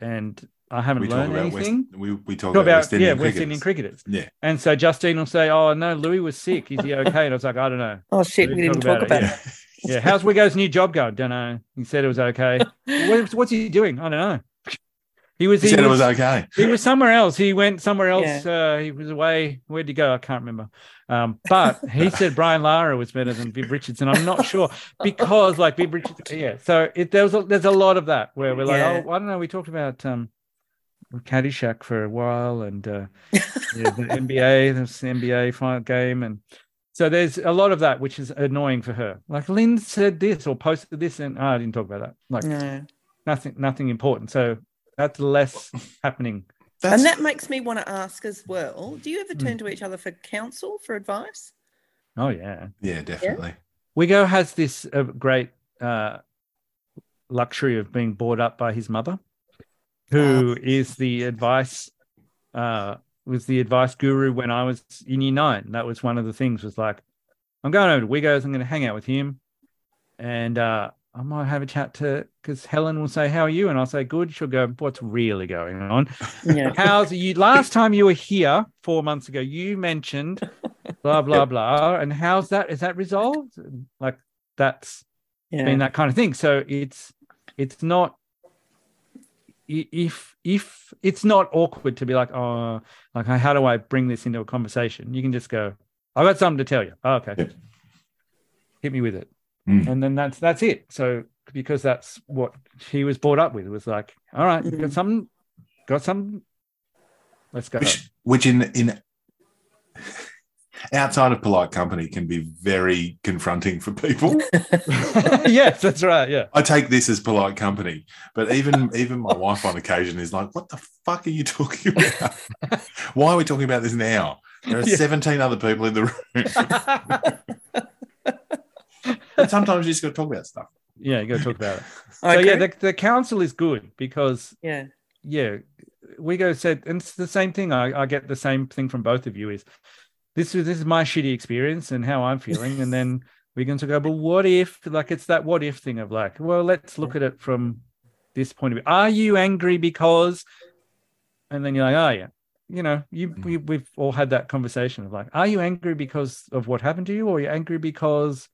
and I haven't We talk learned about West, anything. we, we talk, Talk about, about West Indian yeah, West cricketers. Indian cricketers. Yeah. And so Justine will say, "Oh no, Louis was sick. Is he okay?" And I was like, "I don't know." Oh shit, We we didn't didn't talk talk about yeah. Yeah, how's Wigo's new job going? Don't know. He said it was okay. it. What, what's he doing? I don't know. He was. He He, said it was, was okay. he was somewhere else. He went somewhere else. Uh, he was away. Where'd he go? I can't remember. Um, but he said Brian Lara was better than Viv Richards, and I'm not sure because like Viv Richards. Yeah. So it, there was a, there's a lot of that where we're like, Yeah. oh, I don't know. We talked about um, Caddyshack for a while, and uh, yeah, the NBA, this NBA final game, and so there's a lot of that which is annoying for her. Like Lynn said this or posted this, and oh, I didn't talk about that. Like No. nothing, nothing important. So that's less happening. That's, And that makes me want to ask as well. Do you ever Hmm. turn to each other for counsel, for advice? Oh yeah, yeah, definitely. Wigo has this uh, great uh, luxury of being brought up by his mother, who is the advice uh, was the advice guru when I was in year nine. That was one of the things. Was like, I'm going over to Wigo's. I'm going to hang out with him, and uh, I might have a chat to because Helen will say, "How are you?" and I'll say, "Good." She'll go, "What's really going on?" Yeah. How's you? Last time you were here four months ago, you mentioned blah blah blah, and how's that? Is that resolved? Like that's yeah. been that kind of thing. So it's it's not i- if if it's not awkward to be like, oh, like how do I bring this into a conversation? You can just go, I've got something to tell you. Oh, okay, Yep. hit me with it, Mm. and then that's that's it. So because that's what he was brought up with was like, all right, you got Mhm. something, got something, let's go. which which in in outside of polite company can be very confronting for people. yes, that's right. Yeah. I take this as polite company, but even even my wife on occasion is like, "What the fuck are you talking about? Why are we talking about this now? There are Yeah. seventeen other people in the room." But sometimes you just got to talk about stuff. yeah, you got to talk about it. So Okay. yeah, the, the council is good because yeah. yeah, Wigo said, and it's the same thing. I, I get the same thing from both of you is this is this is my shitty experience and how I'm feeling, and then we're going to go. But what if? Like it's that what if thing of like, well, let's look at it from this point of view. Are you angry because? And then you're like, oh yeah, you know, you we, we've all had that conversation of like, are you angry because of what happened to you, or are you angry because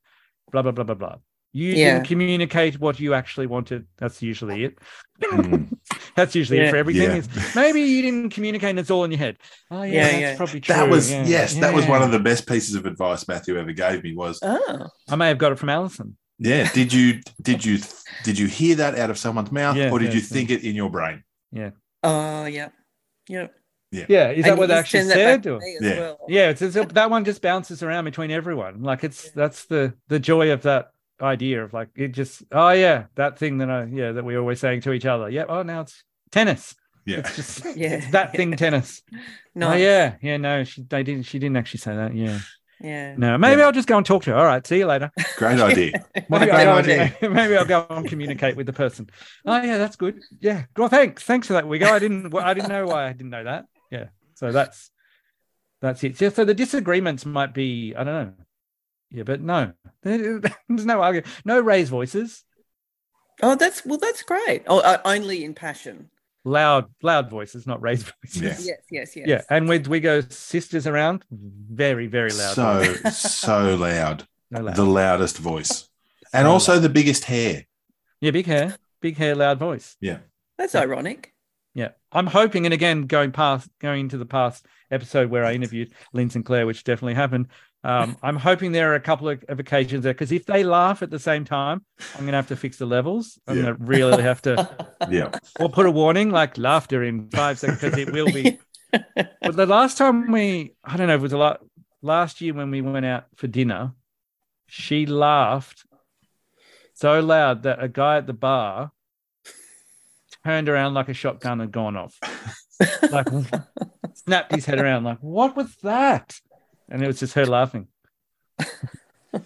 blah blah blah blah blah. You Yeah. didn't communicate what you actually wanted. That's usually it. Mm. That's usually it Yeah. for everything. Yeah. Is maybe you didn't communicate and it's all in your head. Oh yeah, Yeah, that's yeah. probably true. That was yeah, yes, that was yeah. Uh, one of the best pieces of advice Matthew ever gave me was Oh. I may have got it from Alison. yeah, did you did you did you hear that out of someone's mouth Yeah, or did yeah, you yeah. think it in your brain? Oh, yeah. Yeah. Yeah, is that what they actually said? or- Yeah. yeah. Well. Yeah, it's, it's that one just bounces around between everyone. Like it's Yeah. that's the the joy of that idea of like it just oh yeah that thing that I yeah that we're always saying to each other. Yeah, oh now it's tennis. Yeah. It's just Yeah. it's that thing tennis. No. Oh yeah, yeah no she they didn't she didn't actually say that. Yeah, Yeah. no maybe Yeah. I'll just go and talk to her. All right, see you later. Great idea. What Maybe a I'll, great go idea. and, maybe I'll go and communicate with the person. Oh yeah, that's good. Yeah, well, thanks, thanks for that, Wigo. I didn't, well, I didn't know why I didn't know that. Yeah, so that's that's it. So, so the disagreements might be, I don't know. Yeah, but no, there's no argument, no raised voices, Oh, that's well. That's great. Oh, uh, only in passion. loud, loud voices, not raised Yeah. voices. Yes. Yes. Yes. Yeah, and with Wigo's sisters around, very, very loud. So voices. so loud. no loud. The loudest voice. And So also loud. the biggest hair. yeah, big hair, big hair, loud voice. That's Yeah. ironic. Yeah, I'm hoping, and again, going past, going to the past episode where I interviewed Lynn Sinclair, which definitely happened. Um, I'm hoping there are a couple of, of occasions there because if they laugh at the same time, I'm going to have to fix the levels. I'm Yeah. going to really have to, Yeah. or put a warning like laughter in five seconds because it will be. But the last time we, I don't know, if it was a lot last year when we went out for dinner, she laughed so loud that a guy at the bar turned around like a shotgun had gone off. Like snapped his head around, like, what was that? And it was just her laughing.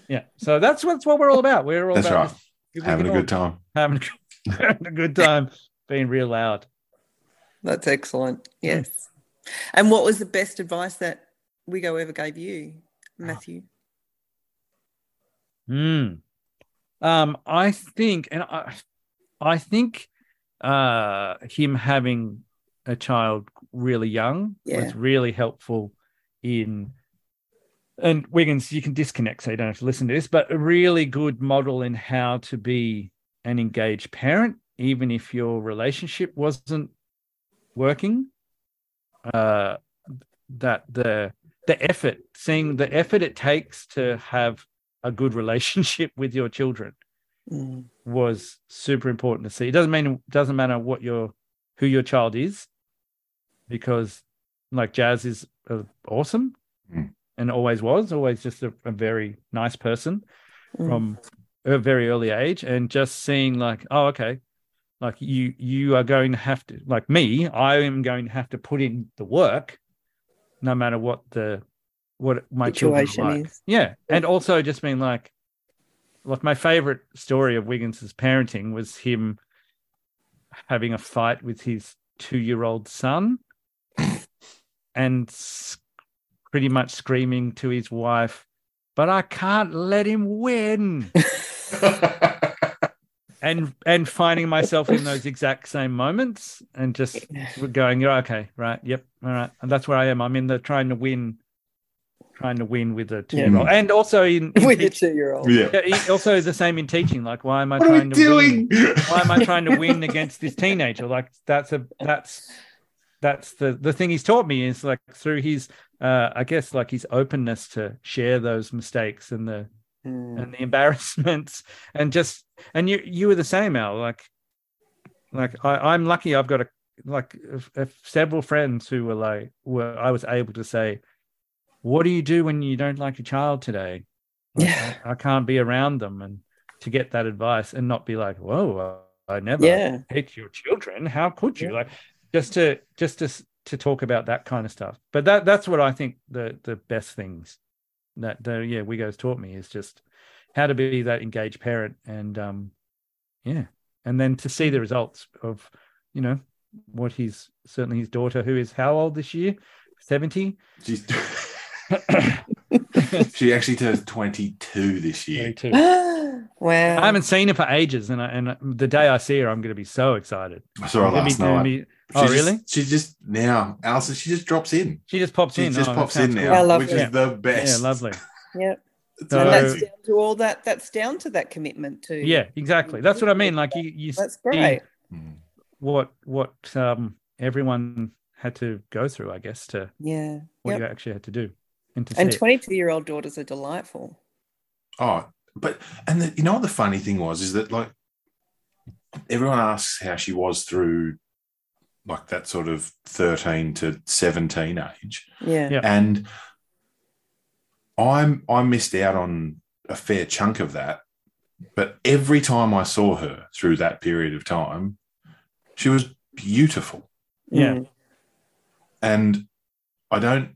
yeah. So that's what's what we're all about. We're all That's about right. just- we Having a can good time. all- having a good- having a good time, being real loud. That's excellent. Hmm. Yes. And what was the best advice that Wigo ever gave you, Ah. Matthew? Hmm. Um, I think, and I, I think, uh, him having a child really young Yeah. was really helpful in. And Wiggins, you can disconnect so you don't have to listen to this, but a really good model in how to be an engaged parent, even if your relationship wasn't working. Uh, that the the effort, seeing the effort it takes to have a good relationship with your children Mm. was super important to see. It doesn't mean doesn't matter what your who your child is, because like Jazz is uh, awesome Mm. and always was, always just a, a very nice person Mm. from a very early age, and just seeing like, oh, okay, like you you are going to have to like me, I am going to have to put in the work, no matter what the what my Situation children are like. is. Yeah. And also just being like, like my favorite story of Wiggins's parenting was him having a fight with his two year old son and s- pretty much screaming to his wife, but I can't let him win. and and finding myself in those exact same moments and just Mm. going, "Yeah, okay, right, yep, all right. And that's where I am. I'm in the trying to win trying to win with a two Yeah. year old. And also in, in with your teach- two year old. Yeah. yeah, it also is the same in teaching. Like why am I What are we trying to win? doing? Why am I trying to win against this teenager? Like that's a that's that's the the thing he's taught me is like through his uh I guess like his openness to share those mistakes and the Hmm. and the embarrassments and just and you you were the same al like like I, i'm lucky i've got a like if, if several friends who were like were i was able to say what do you do when you don't like your child today Like, Yeah. I, I can't be around them and to get that advice and not be like whoa i never Yeah. hate your children how could you Yeah. like just to just to s- to talk about that kind of stuff but that that's what i think the the best things that the yeah we guys taught me is just how to be that engaged parent and um yeah and then to see the results of you know what his certainly his daughter who is how old this year 70 She's- she actually turns 22 this year. 22 wow. I haven't seen her for ages, and I, and the day I see her, I'm going to be so excited. I saw her Let me last do night. me- She Oh, just- really? She just now, Alison. She just drops in. She just pops She in. just Oh, that pops in sounds I now, love which it. is the cool. Yeah, best. lovely. Yep. It's So- and that's amazing. down to all that. That's down to that commitment to. Yeah, exactly. That's what I mean. Like you, you That's great. Mm. what what um everyone had to go through, I guess, to Yeah. what Yep. you actually had to do and to And see it. 22 year old daughters are delightful. Oh, but and the, you know what the funny thing was is that like everyone asks how she was through like that sort of 13 to 17 age. Yeah. Yeah. and I'm I missed out on a fair chunk of that. But every time I saw her through that period of time, she was beautiful, Yeah. Mm. and I don't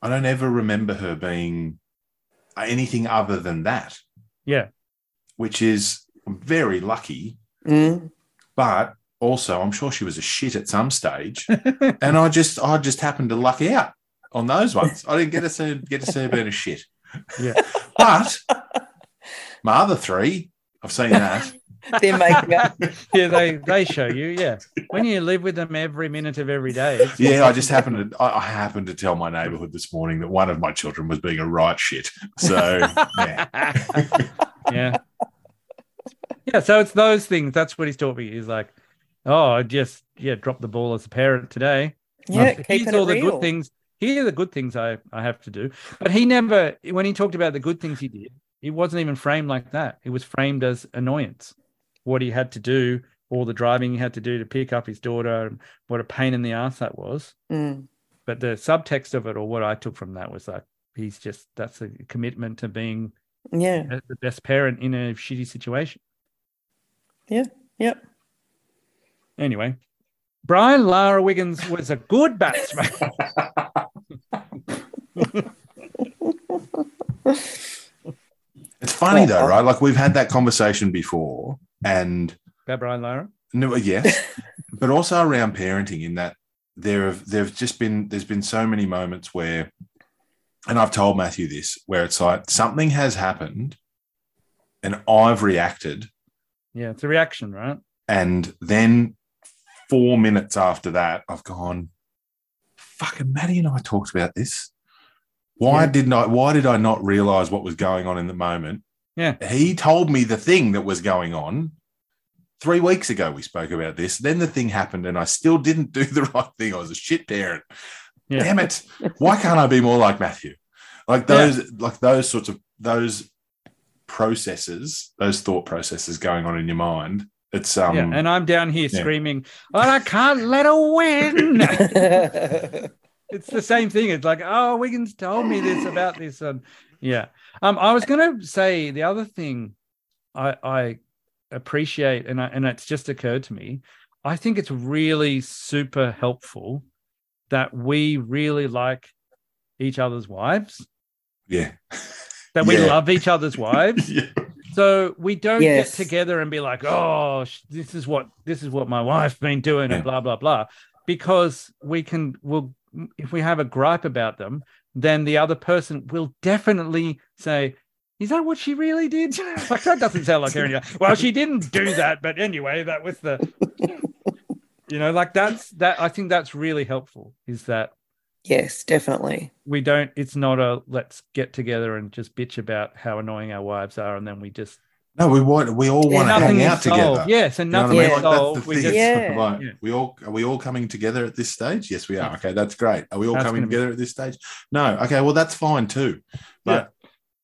I don't ever remember her being anything other than that, Yeah, which is I'm very lucky. Mm. But also, I'm sure she was a shit at some stage, and I just I just happened to luck out on those ones. I didn't get to see get to see her being a shit. yeah. But my other three, I've seen that. Mm. They're making it. yeah, they they show you. Yeah, when you live with them every minute of every day. it's- Yeah, I just happened to I I happened to tell my neighbourhood this morning that one of my children was being a right shit. So yeah. yeah. Yeah, so it's those things. That's what he's taught me. He's like, oh, I just yeah, drop the ball as a parent today. Yeah. Keeping Um, here's it all the real. good things. Here are the good things I, I have to do. But he never, when he talked about the good things he did, it wasn't even framed like that. It was framed as annoyance. What he had to do, all the driving he had to do to pick up his daughter, and what a pain in the ass that was. Mm. But the subtext of it, or what I took from that, was like, he's just, that's a commitment to being Yeah. a- the best parent in a shitty situation. Yep. Anyway, Brian Lara Wiggins was a good batsman. it's funny though, right? Like we've had that conversation before and About Brian Lara? No, yes, but also around parenting. In that there have there've just been there's been so many moments where, and I've told Matthew this, where it's like something has happened, and I've reacted, Yeah, it's a reaction, right? and then four minutes after that, I've gone, "Fucking Maddie and I talked about this. Why Yeah. didn't I? Why did I not realize what was going on in the moment? Yeah. he told me the thing that was going on." Three weeks ago, we spoke about this. Then the thing happened, and I still didn't do the right thing. I was a shit parent. Yeah. Damn it! Why can't I be more like Matthew? Like those, like those sorts of those processes, those thought processes going on in your mind. It's um, yeah, and I'm down here yeah. screaming, "Oh, I can't let her win!" yeah. it's the same thing. It's like, "Oh, Wiggins told me this about this," and yeah. Um, I was going to say the other thing I, I appreciate, and I, and it's just occurred to me. I think it's really super helpful that we really like each other's wives, yeah. that we Yeah. love each other's wives, yeah. So we don't Yes. get together and be like, "Oh, sh- this is what this is what my wife's been doing," Yeah. and blah blah blah, because we can. We'll if we have a gripe about them, then the other person will definitely say, "Is that what she really did?" like that doesn't sound like her. Anyway. Well, she didn't do that, but anyway, that was the. You know, like that's that. I think that's really helpful. Is that Yes, definitely. we don't it's not a let's get together and just bitch about how annoying our wives are and then we just No, we want we all Yeah, want to nothing hang is out solved. together. yes and You know what nothing I mean? is Like, that's the solved we thing. just Yeah. Like, Yeah. we all are we all coming together at this stage? Yes, we are. Yes. Okay, that's great. Are we all That's coming gonna be- together at this stage? No. Okay, well that's fine too. But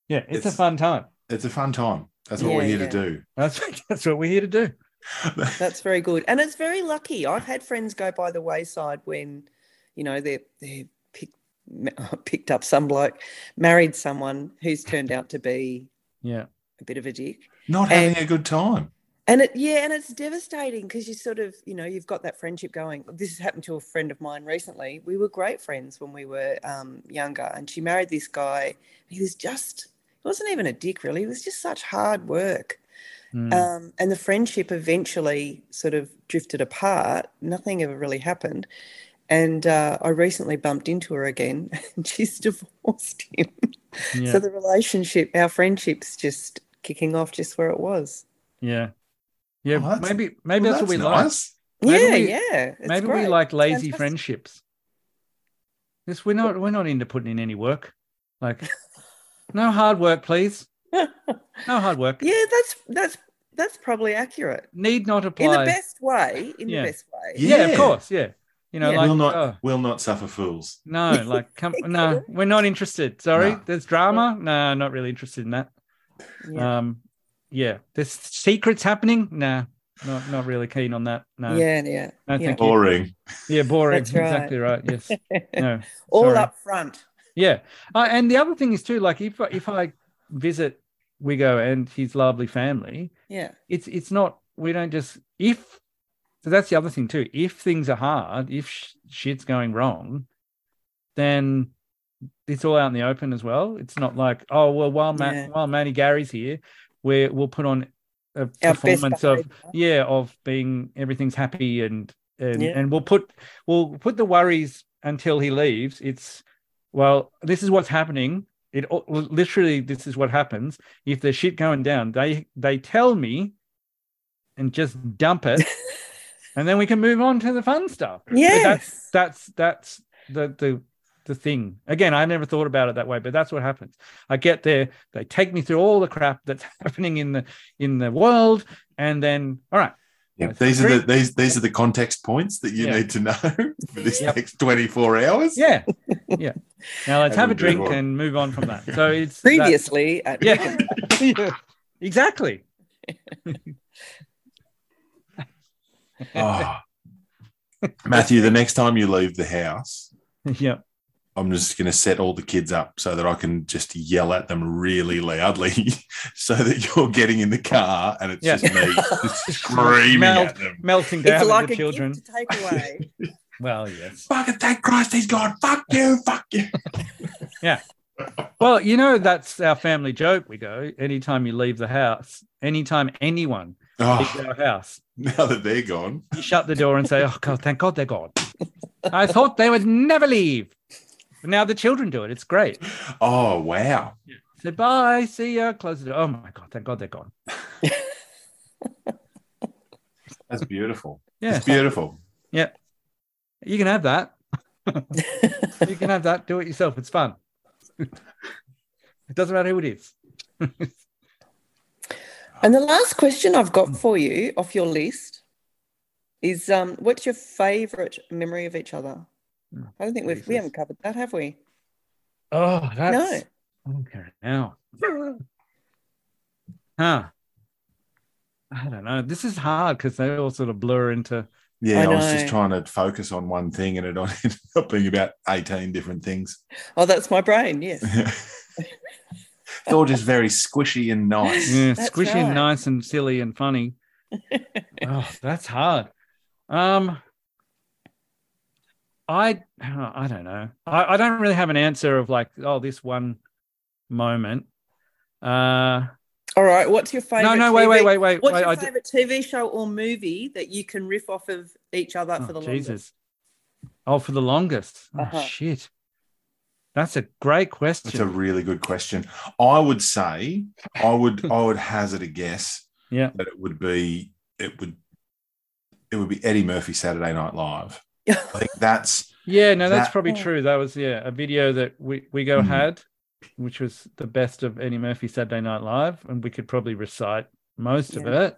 yeah it's, a It's- fun time it's a fun time. That's what Yeah, we're here yeah. to that's that's what we're here to do do. That's very good. And it's very lucky. I've had friends go by the wayside when, you know, they're, they're picked, picked up some bloke, married someone who's turned out to be yeah a bit of a dick. Not And- having a good time. And it, yeah, and it's devastating because you sort of, you know, you've got that friendship going. This has happened to a friend of mine recently. We were great friends when we were um, younger, and she married this guy. He was just, he wasn't even a dick, really. He was just such hard work. Mm. Um, and the friendship eventually sort of drifted apart. Nothing ever really happened. And uh, I recently bumped into her again, and she's divorced him. yeah So the relationship, our friendship's just kicking off just where it was. yeah yeah Oh, that's- maybe maybe Well, that's, what we like nice. Maybe yeah, we- yeah. It's maybe we great. like lazy fantastic. friendships this we're not we're not into putting in any work like no hard work please no hard work Yeah, that's that's that's probably accurate need not apply in the best way. In Yeah. the best way. Yeah. yeah, of course yeah you know Yeah. like we'll not oh. we'll not suffer fools. No, like come no, we're not interested. Sorry, No. there's drama. No, not really interested in that. Yeah. Um, yeah, there's secrets happening. Nah, not not really keen on that. No, Yeah, yeah. no, thank you. Boring. Yeah, boring. That's right. Exactly right. Yes. No. All sorry. up front. Yeah, uh, and the other thing is too, like if if I visit Wigo and his lovely family, Yeah. it's it's not we don't just if so that's the other thing too if things are hard if sh- shit's going wrong then it's all out in the open as well it's not like oh well while Matt Yeah. while Matty Gary's here we we'll put on a Our best performance of behaviour. yeah of being everything's happy and and Yeah. and we'll put we'll put the worries until he leaves it's well this is what's happening it al- literally this is what happens if there's shit going down they they tell me and just dump it and then we can move on to the fun stuff But that's Yes. that's that's the the the thing again i never thought about it that way but that's what happens i get there they take me through all the crap that's happening in the in the world and then all right Yeah. That's These are the great. these these are the context points that you Yeah. need to know for this Yep. next 24 hours. yeah yeah now let's have a Everyone do drink one. and move on from that so it's that- Previously, uh, at yeah, yeah exactly Oh. Matthew, the next time you leave the house, yeah I'm just going to set all the kids up so that I can just yell at them really loudly so that you're getting in the car and it's Yeah. just me screaming Melt- at them. melting down it's at like the a children gift to take away. well yes Fucking thank Christ he's gone. Fuck you. Fuck you. Well, you know, that's our family joke. We go, anytime you leave the house, anytime anyone leaves Oh, our house, now that they're gone. you shut the door and say, Oh, God, thank God they're gone. I thought they would never leave. But now the children do it. It's great. Oh, wow. Say bye, see ya, close the door. Oh, my God, thank God they're gone. That's beautiful. Yeah, It's beautiful. you can have that. you can have that. Do it yourself. It's fun. it doesn't matter who it is. and the last question I've Hmm. got for you off your list is um, what's your favorite memory of each other? I don't think we've, Hmm. Jesus. we haven't covered that, have we? Oh, that's. No. Okay, now. Huh. I don't know. This is hard because they all sort of blur into. Yeah, I I, was know. just trying to focus on one thing and it ended up being about 18 different things. Oh, that's my brain. Yes. it's all just very squishy and nice. Yeah, That's squishy and right. nice and silly and funny. oh, that's hard. Um, I I don't know. I, I don't really have an answer of like, oh, this one moment. Uh, All right. What's your favorite? no, no, wait, TV wait, wait, wait, What's wait. your I d- favorite TV show or movie that you can riff off of each other for Oh, the Jesus. longest? Oh, for the longest. Oh, Uh-huh. shit. That's a great question. That's a really good question. I would say I would I would hazard a guess Yeah. that it would be it would it would be Eddie Murphy Saturday Night Live. I think that's Yeah, no, that's That- probably Yeah. true. That was yeah, a video that we we go Mhm. had, which was the best of Eddie Murphy Saturday Night Live, and we could probably recite most of Yeah. it.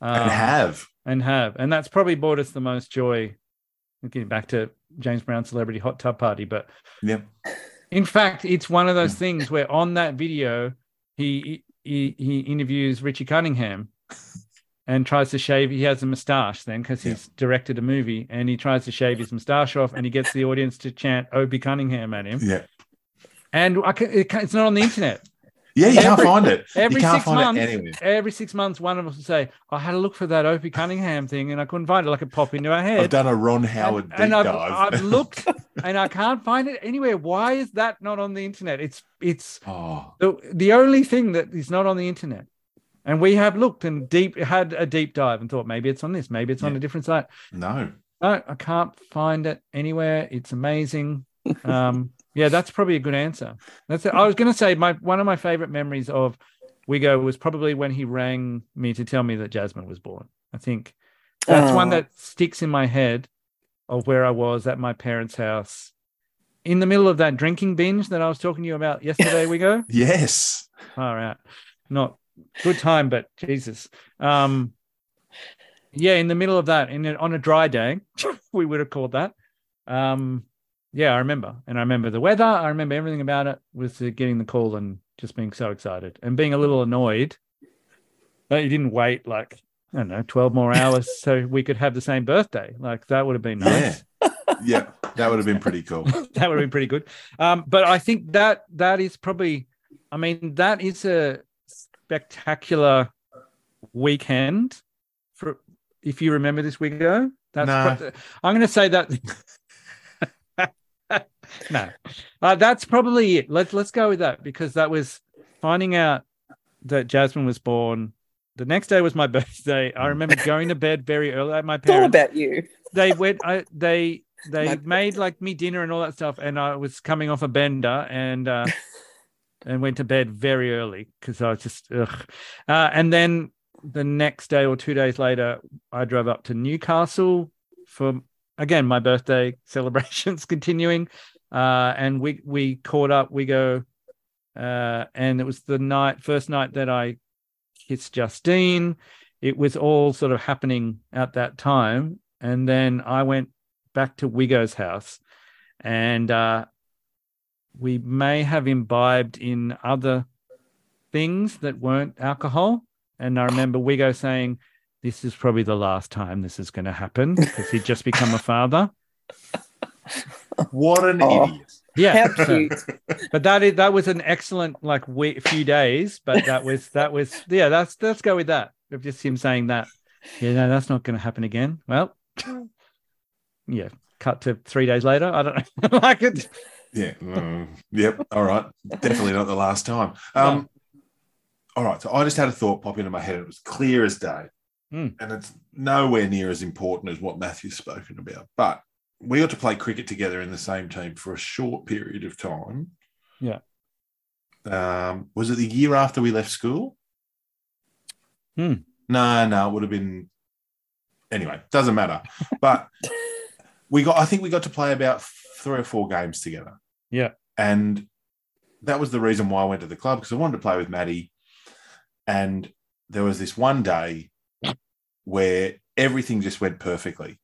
Um, and have. and have, and that's probably brought us the most joy. Getting back to James Brown's Celebrity Hot Tub Party, but Yep. in fact, it's one of those Yeah. things where on that video he he he interviews Richie Cunningham and tries to shave. He has a moustache then because Yeah. he's directed a movie, and he tries to shave his moustache off, and he gets the audience to chant "Obie Cunningham" at him. Yeah. And I can, it can, it's not on the internet. Yeah, you Every- can't find it. Every you can't six find months, it anywhere. every six months, one of us will say, "I had a look for that Opie Cunningham thing, and I couldn't find it." Like it popped into our head. I've done a Ron And- Howard deep and I've, dive. I've looked and I can't find it anywhere. Why is that not on the internet? It's it's oh, the, the only thing that is not on the internet. And we have looked and deep had a deep dive and thought maybe it's on this, maybe it's on Yeah. a different site. no. No, I can't find it anywhere. It's amazing. Um, yeah, that's probably a good answer. That's it. I was going to say my one of my favorite memories of We Go was probably when he rang me to tell me that Jasmine was born. I think that's one Oh. that sticks in my head of where I was at my parents' house in the middle of that drinking binge that I was talking to you about yesterday. We Go. Yes. Far out. Not good time, but Jesus. Um, yeah, in the middle of that, in a, on a dry day, we would have called that. Um, yeah, I remember, and I remember the weather. I remember everything about it. Was uh, getting the call and just being so excited and being a little annoyed that you didn't wait like I don't know twelve more hours so we could have the same birthday. Like that would have been nice Yeah. yeah. That would have been pretty cool. that would have been pretty good. Um, but I think that that is probably, I mean, that is a spectacular weekend. For if you remember this week ago, that's. No. pro- I'm going to say that. no, uh, that's probably it. Let's let's go with that because that was finding out that Jasmine was born. The next day was my birthday. I Mm. remember going to bed very early at my parents It's all about you. they went I, they they My- made like me dinner and all that stuff and i was coming off a bender and uh and went to bed very early because i was just ugh. Uh, and then the next day or two days later i drove up to newcastle for again my birthday celebrations continuing uh and we we caught up we go uh and it was the night first night that i kissed justine it was all sort of happening at that time. And then I went back to Wigo's house and uh, we may have imbibed in other things that weren't alcohol. And I remember Wigo saying, This is probably the last time this is going to happen because he'd just become a father. What an Oh. idiot. Yeah. How so- cute. but that is that was an excellent like we- few days but that was that was yeah that's let's go with that of just him saying that yeah no that's not going to happen again well Hmm. yeah cut to three days later i don't know like it Yeah. mm, yep. All right. Definitely not the last time. Um, All right. So I just had a thought pop into my head. It was clear as day. Hmm. And it's nowhere near as important as what Matthew's spoken about. But we got to play cricket together in the same team for a short period of time. Yeah. Um, was it the year after we left school? Hmm. No, no, it would have been. Anyway, doesn't matter. But we got, I think we got to play about three or four games together and that was the reason why I went to the club because I wanted to play with Maddie. And there was this one day where everything just went perfectly.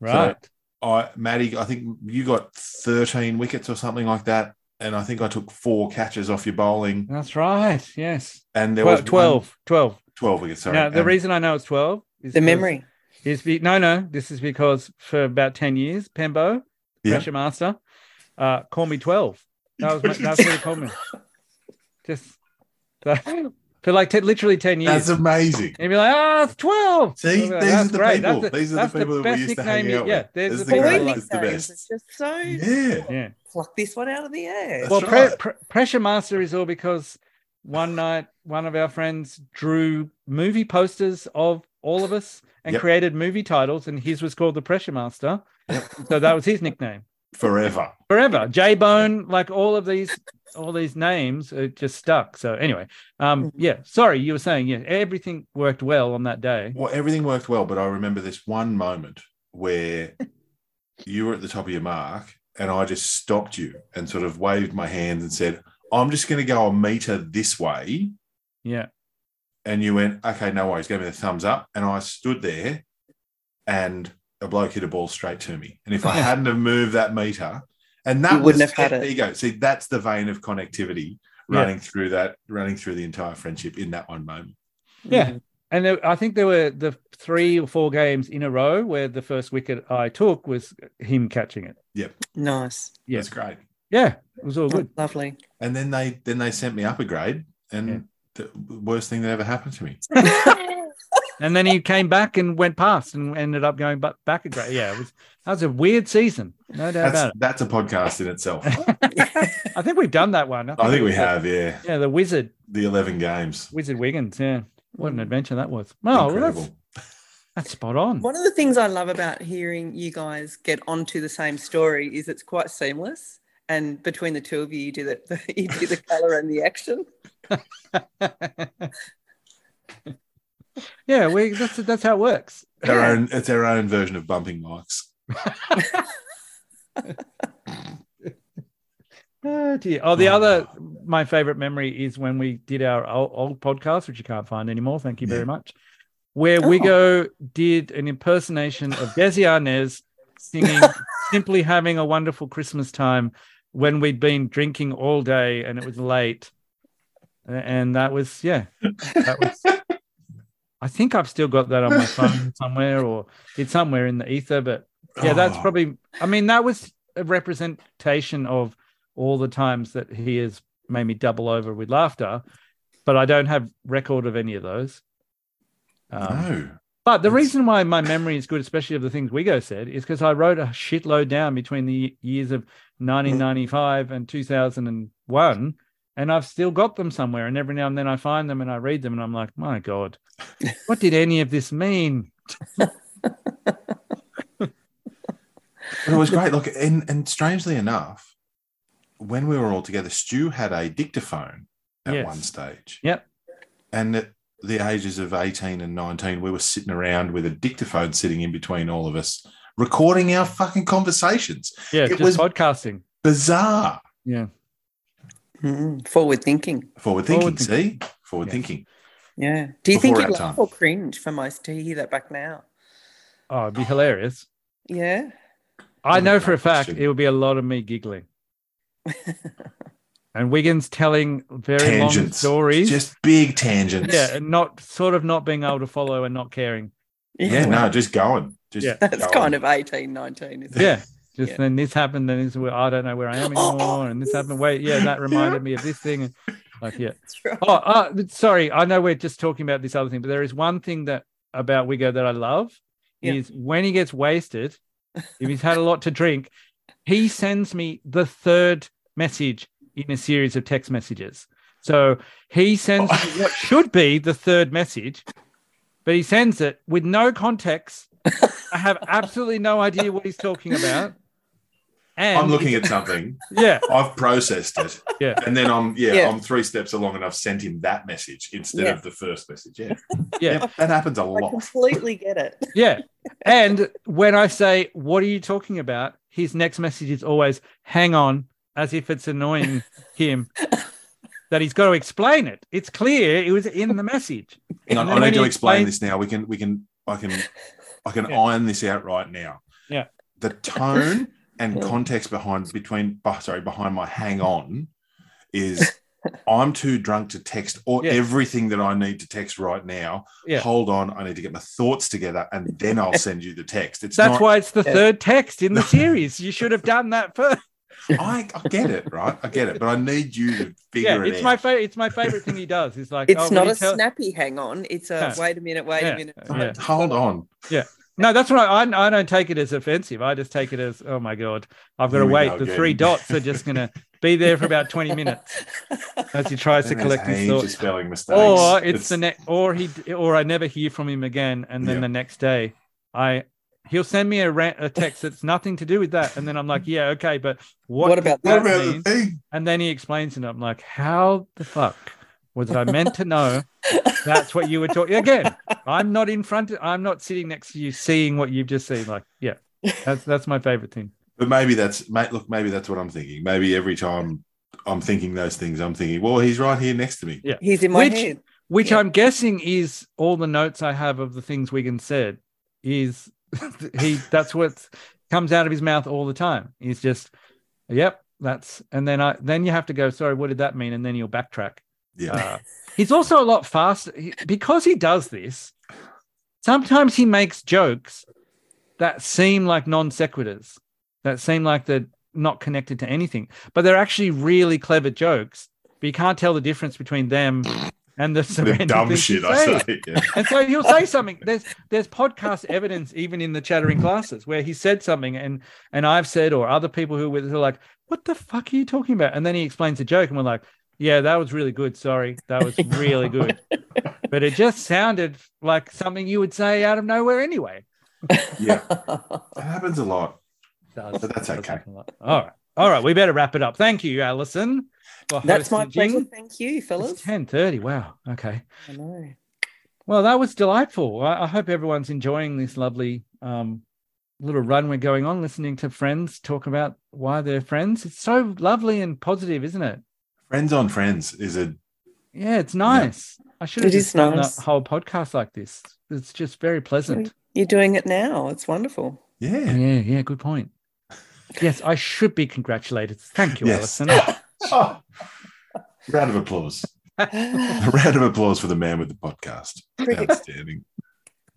right I Maddie, I think you got 13 wickets or something like that, and I think I took four catches off your bowling. that's right yes And there well, was one- 12 12 12 wickets. Sorry, um, now the And- reason i know it's 12 is The because- memory. is be, no no this is because for about 10 years pembo Yeah. pressure master uh call me 12 that was my, that's what he called me just that- for like te- literally 10 years that's amazing. and he'd be like ah it's 12 See, I'd be like, these "That's are the great. people. That's the- These are the that's people that we best used to hang nickname out you- yeah with. there's This the is the people Well, I we greatest. like. It's the nicknames. best. It's just so Yeah, yeah pluck this one out of the air. That's well right. pre- pre- pressure master is all because one night one of our friends drew movie posters of all of us and Yep. created movie titles and his was called the pressure master so that was his nickname forever. forever. J Bone, like all of these, all these names are just stuck. So anyway, um, Mhm. Mm-hmm. yeah. Sorry, you were saying yeah, everything worked well on that day. Well, everything worked well, but I remember this one moment where you were at the top of your mark, and I just stopped you and sort of waved my hand and said, I'm just going to go a meter this way. Yeah. And you went, okay, no worries, gave me the thumbs up. And I stood there and a bloke hit a ball straight to me. And if I Yeah. hadn't have moved that meter, and that You wouldn't was- have had it. There you go. See, that's the vein of connectivity Yeah. running through that, running through the entire friendship in that one moment. Yeah. And there, I think there were the three or four games in a row where the first wicket I took was him catching it. Nice. Yeah. That's great. Yeah, it was all good. Lovely. And then they then they sent me up a grade, and Yeah. the worst thing that ever happened to me. And then he came back and went past and ended up going back, back a grade. Yeah, it was, that was a weird season. No doubt That's about that's a podcast in itself. it. I think we've done that one. I think it we was the- have, yeah, Yeah, the Wizard, the eleven games. Wizard Wiggins. Yeah. What an adventure that was. Oh, well, that's, Mm. Incredible. that's spot on. One of the things I love about hearing you guys get onto the same story is it's quite seamless. And between the two of you, you do the you do the color and the action. yeah, we, that's, that's how it works. Their own, it's our own version of bumping mics. Oh, dear. oh the Oh. other my favorite memory is when we did our old, old podcast, which you can't find anymore. Thank you very Yeah. much. Where Oh. Wigo did an impersonation of Desi Arnaz singing "Simply Having a Wonderful Christmas Time" when we'd been drinking all day and it was late, A- and that was yeah, that was. I think I've still got that on my phone somewhere, or it's somewhere in the ether. But yeah, that's Oh, probably. I mean, that was a representation of all the times that he has made me double over with laughter, but I don't have record of any of those. Um, no. But the It's- reason why my memory is good, especially of the things Wigo said, is because I wrote a shitload down between the years of 1995 and 2001, and I've still got them somewhere. And every now and then I find them and I read them, and I'm like, my God, what did any of this mean? But it was great. Look, and and strangely enough, when we were all together, Stu had a dictaphone at Yes. one stage. Yep. And at the ages of 18 and 19, we were sitting around with a dictaphone sitting in between all of us, recording our fucking conversations. Yeah, It just was- podcasting. Bizarre. Yeah. Hmm. Mm, forward thinking. Forward thinking, Forward see? Forward Yeah. thinking. Yeah. Do you Before think you'd our laugh time. or cringe for most to hear that back now? Oh, it'd be hilarious. Yeah. I That's a know for great a fact question. it would be a lot of me giggling. and Wiggins telling very long Tangents. stories. Just big tangents. yeah, and not sort of not being able to follow and not caring. Yeah, no, just going. Just Yeah. That's going. kind of eighteen, 19, isn't it? Yeah. Just Yeah. then this happened, then this where I don't know where I am Oh, anymore. And this happened. Wait, yeah, that reminded me of this thing. and Like, yeah. That's right. Oh, uh, sorry. I know we're just talking about this other thing, but there is one thing that about Wigo that I love Yeah. is when he gets wasted, if he's had a lot to drink, he sends me the third message in a series of text messages. So he sends Oh. me what should be the third message, but he sends it with no context. I have absolutely no idea what he's talking about. And I'm looking at something. yeah, I've processed it. Yeah. And then I'm yeah, Yeah. I'm three steps along and I've sent him that message instead Yeah. of the first message. Yeah. Yeah. Yep, that happens a I oh. lot. completely get it. Yeah. And when I say, What are you talking about? His next message is always, Hang on, as if it's annoying him that he's got to explain it. It's clear it was in the message. Hang on, And I then need when to he explain explains- this now. We can we can I can I can Yeah. iron this out right now. Yeah. The tone and Yeah. context behind between oh, sorry, behind my hang on is I'm too drunk to text or Yeah. everything that I need to text right now. Yeah. Hold on, I need to get my thoughts together and then I'll send you the text. It's That's not, why it's the Yeah. third text in the series. You should have done that first. I, I get it, right? I get it, but I need you to figure Yeah, it it's out. my favorite. It's my favorite thing he does. It's like, It's oh, will not you a tell- snappy hang on. It's a No. wait a minute, wait Yeah. a minute. Yeah. Hold on. No, that's what I, I. I don't take it as offensive. I just take it as, oh my god, I've got to Here we wait. go The again. three dots are just going to be there for about twenty minutes as he tries to There's collect his heaps thoughts. of spelling mistakes. or it's, the next or he or i never hear from him again and then Yeah. the next day i he'll send me a rant a text that's nothing to do with that and then i'm like yeah okay but what, What about What that about the means? thing? and then he explains it i'm like how the fuck was i meant to know that's what you were talking again i'm not in front of, i'm not sitting next to you seeing what you've just seen like yeah That's that's my favorite thing. But maybe that's mate. Look, maybe that's what I'm thinking. Maybe every time I'm thinking those things, I'm thinking, well, he's right here next to me. He's in my Which- head. Which Yeah. I'm guessing is all the notes I have of the things Wigan said is he that's what comes out of his mouth all the time. He's just, yep, that's and then I then you have to go, sorry, what did that mean? And then you'll backtrack. Yeah. Uh, he's also a lot faster he- because he does this. Sometimes he makes jokes that seem like non sequiturs, that seem like they're not connected to anything, but they're actually really clever jokes. But you can't tell the difference between them and the, the surrounding dumb things shit you I say. say. Yeah. And so he'll say something. There's there's podcast evidence even in the chattering classes where he said something and and I've said or other people who were who are like, what the fuck are you talking about? And then he explains a joke and we're like, yeah, that was really good. Sorry, that was really good. but it just sounded like something you would say out of nowhere anyway. yeah, that happens a lot. Does- But that's does okay. happen a lot. All right. All right, we better wrap it up. Thank you, Alison. for That's my hosting. pleasure. Thank you, It's fellas. ten thirty. Wow. Okay. I know. Well, that was delightful. I, I hope everyone's enjoying this lovely um, little run we're going on, listening to friends talk about why they're friends. It's so lovely and positive, isn't it? Friends on friends is a Yeah, it's nice. I should have It just is done nice. the whole podcast like this. It's just very pleasant. You're doing it now. It's wonderful. Yeah, yeah. yeah, good point. Yes, I should be congratulated. Thank you, Yes. Alison. Oh. Round of applause. Pretty A round of applause for the man with the podcast. Outstanding.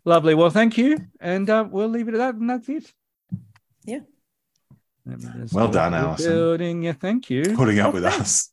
lovely. Well, thank you. And uh, we'll leave it at that. And that's it. Yeah. Let me just Well go done, to the Alison. Building. Yeah, thank you. Putting up with us.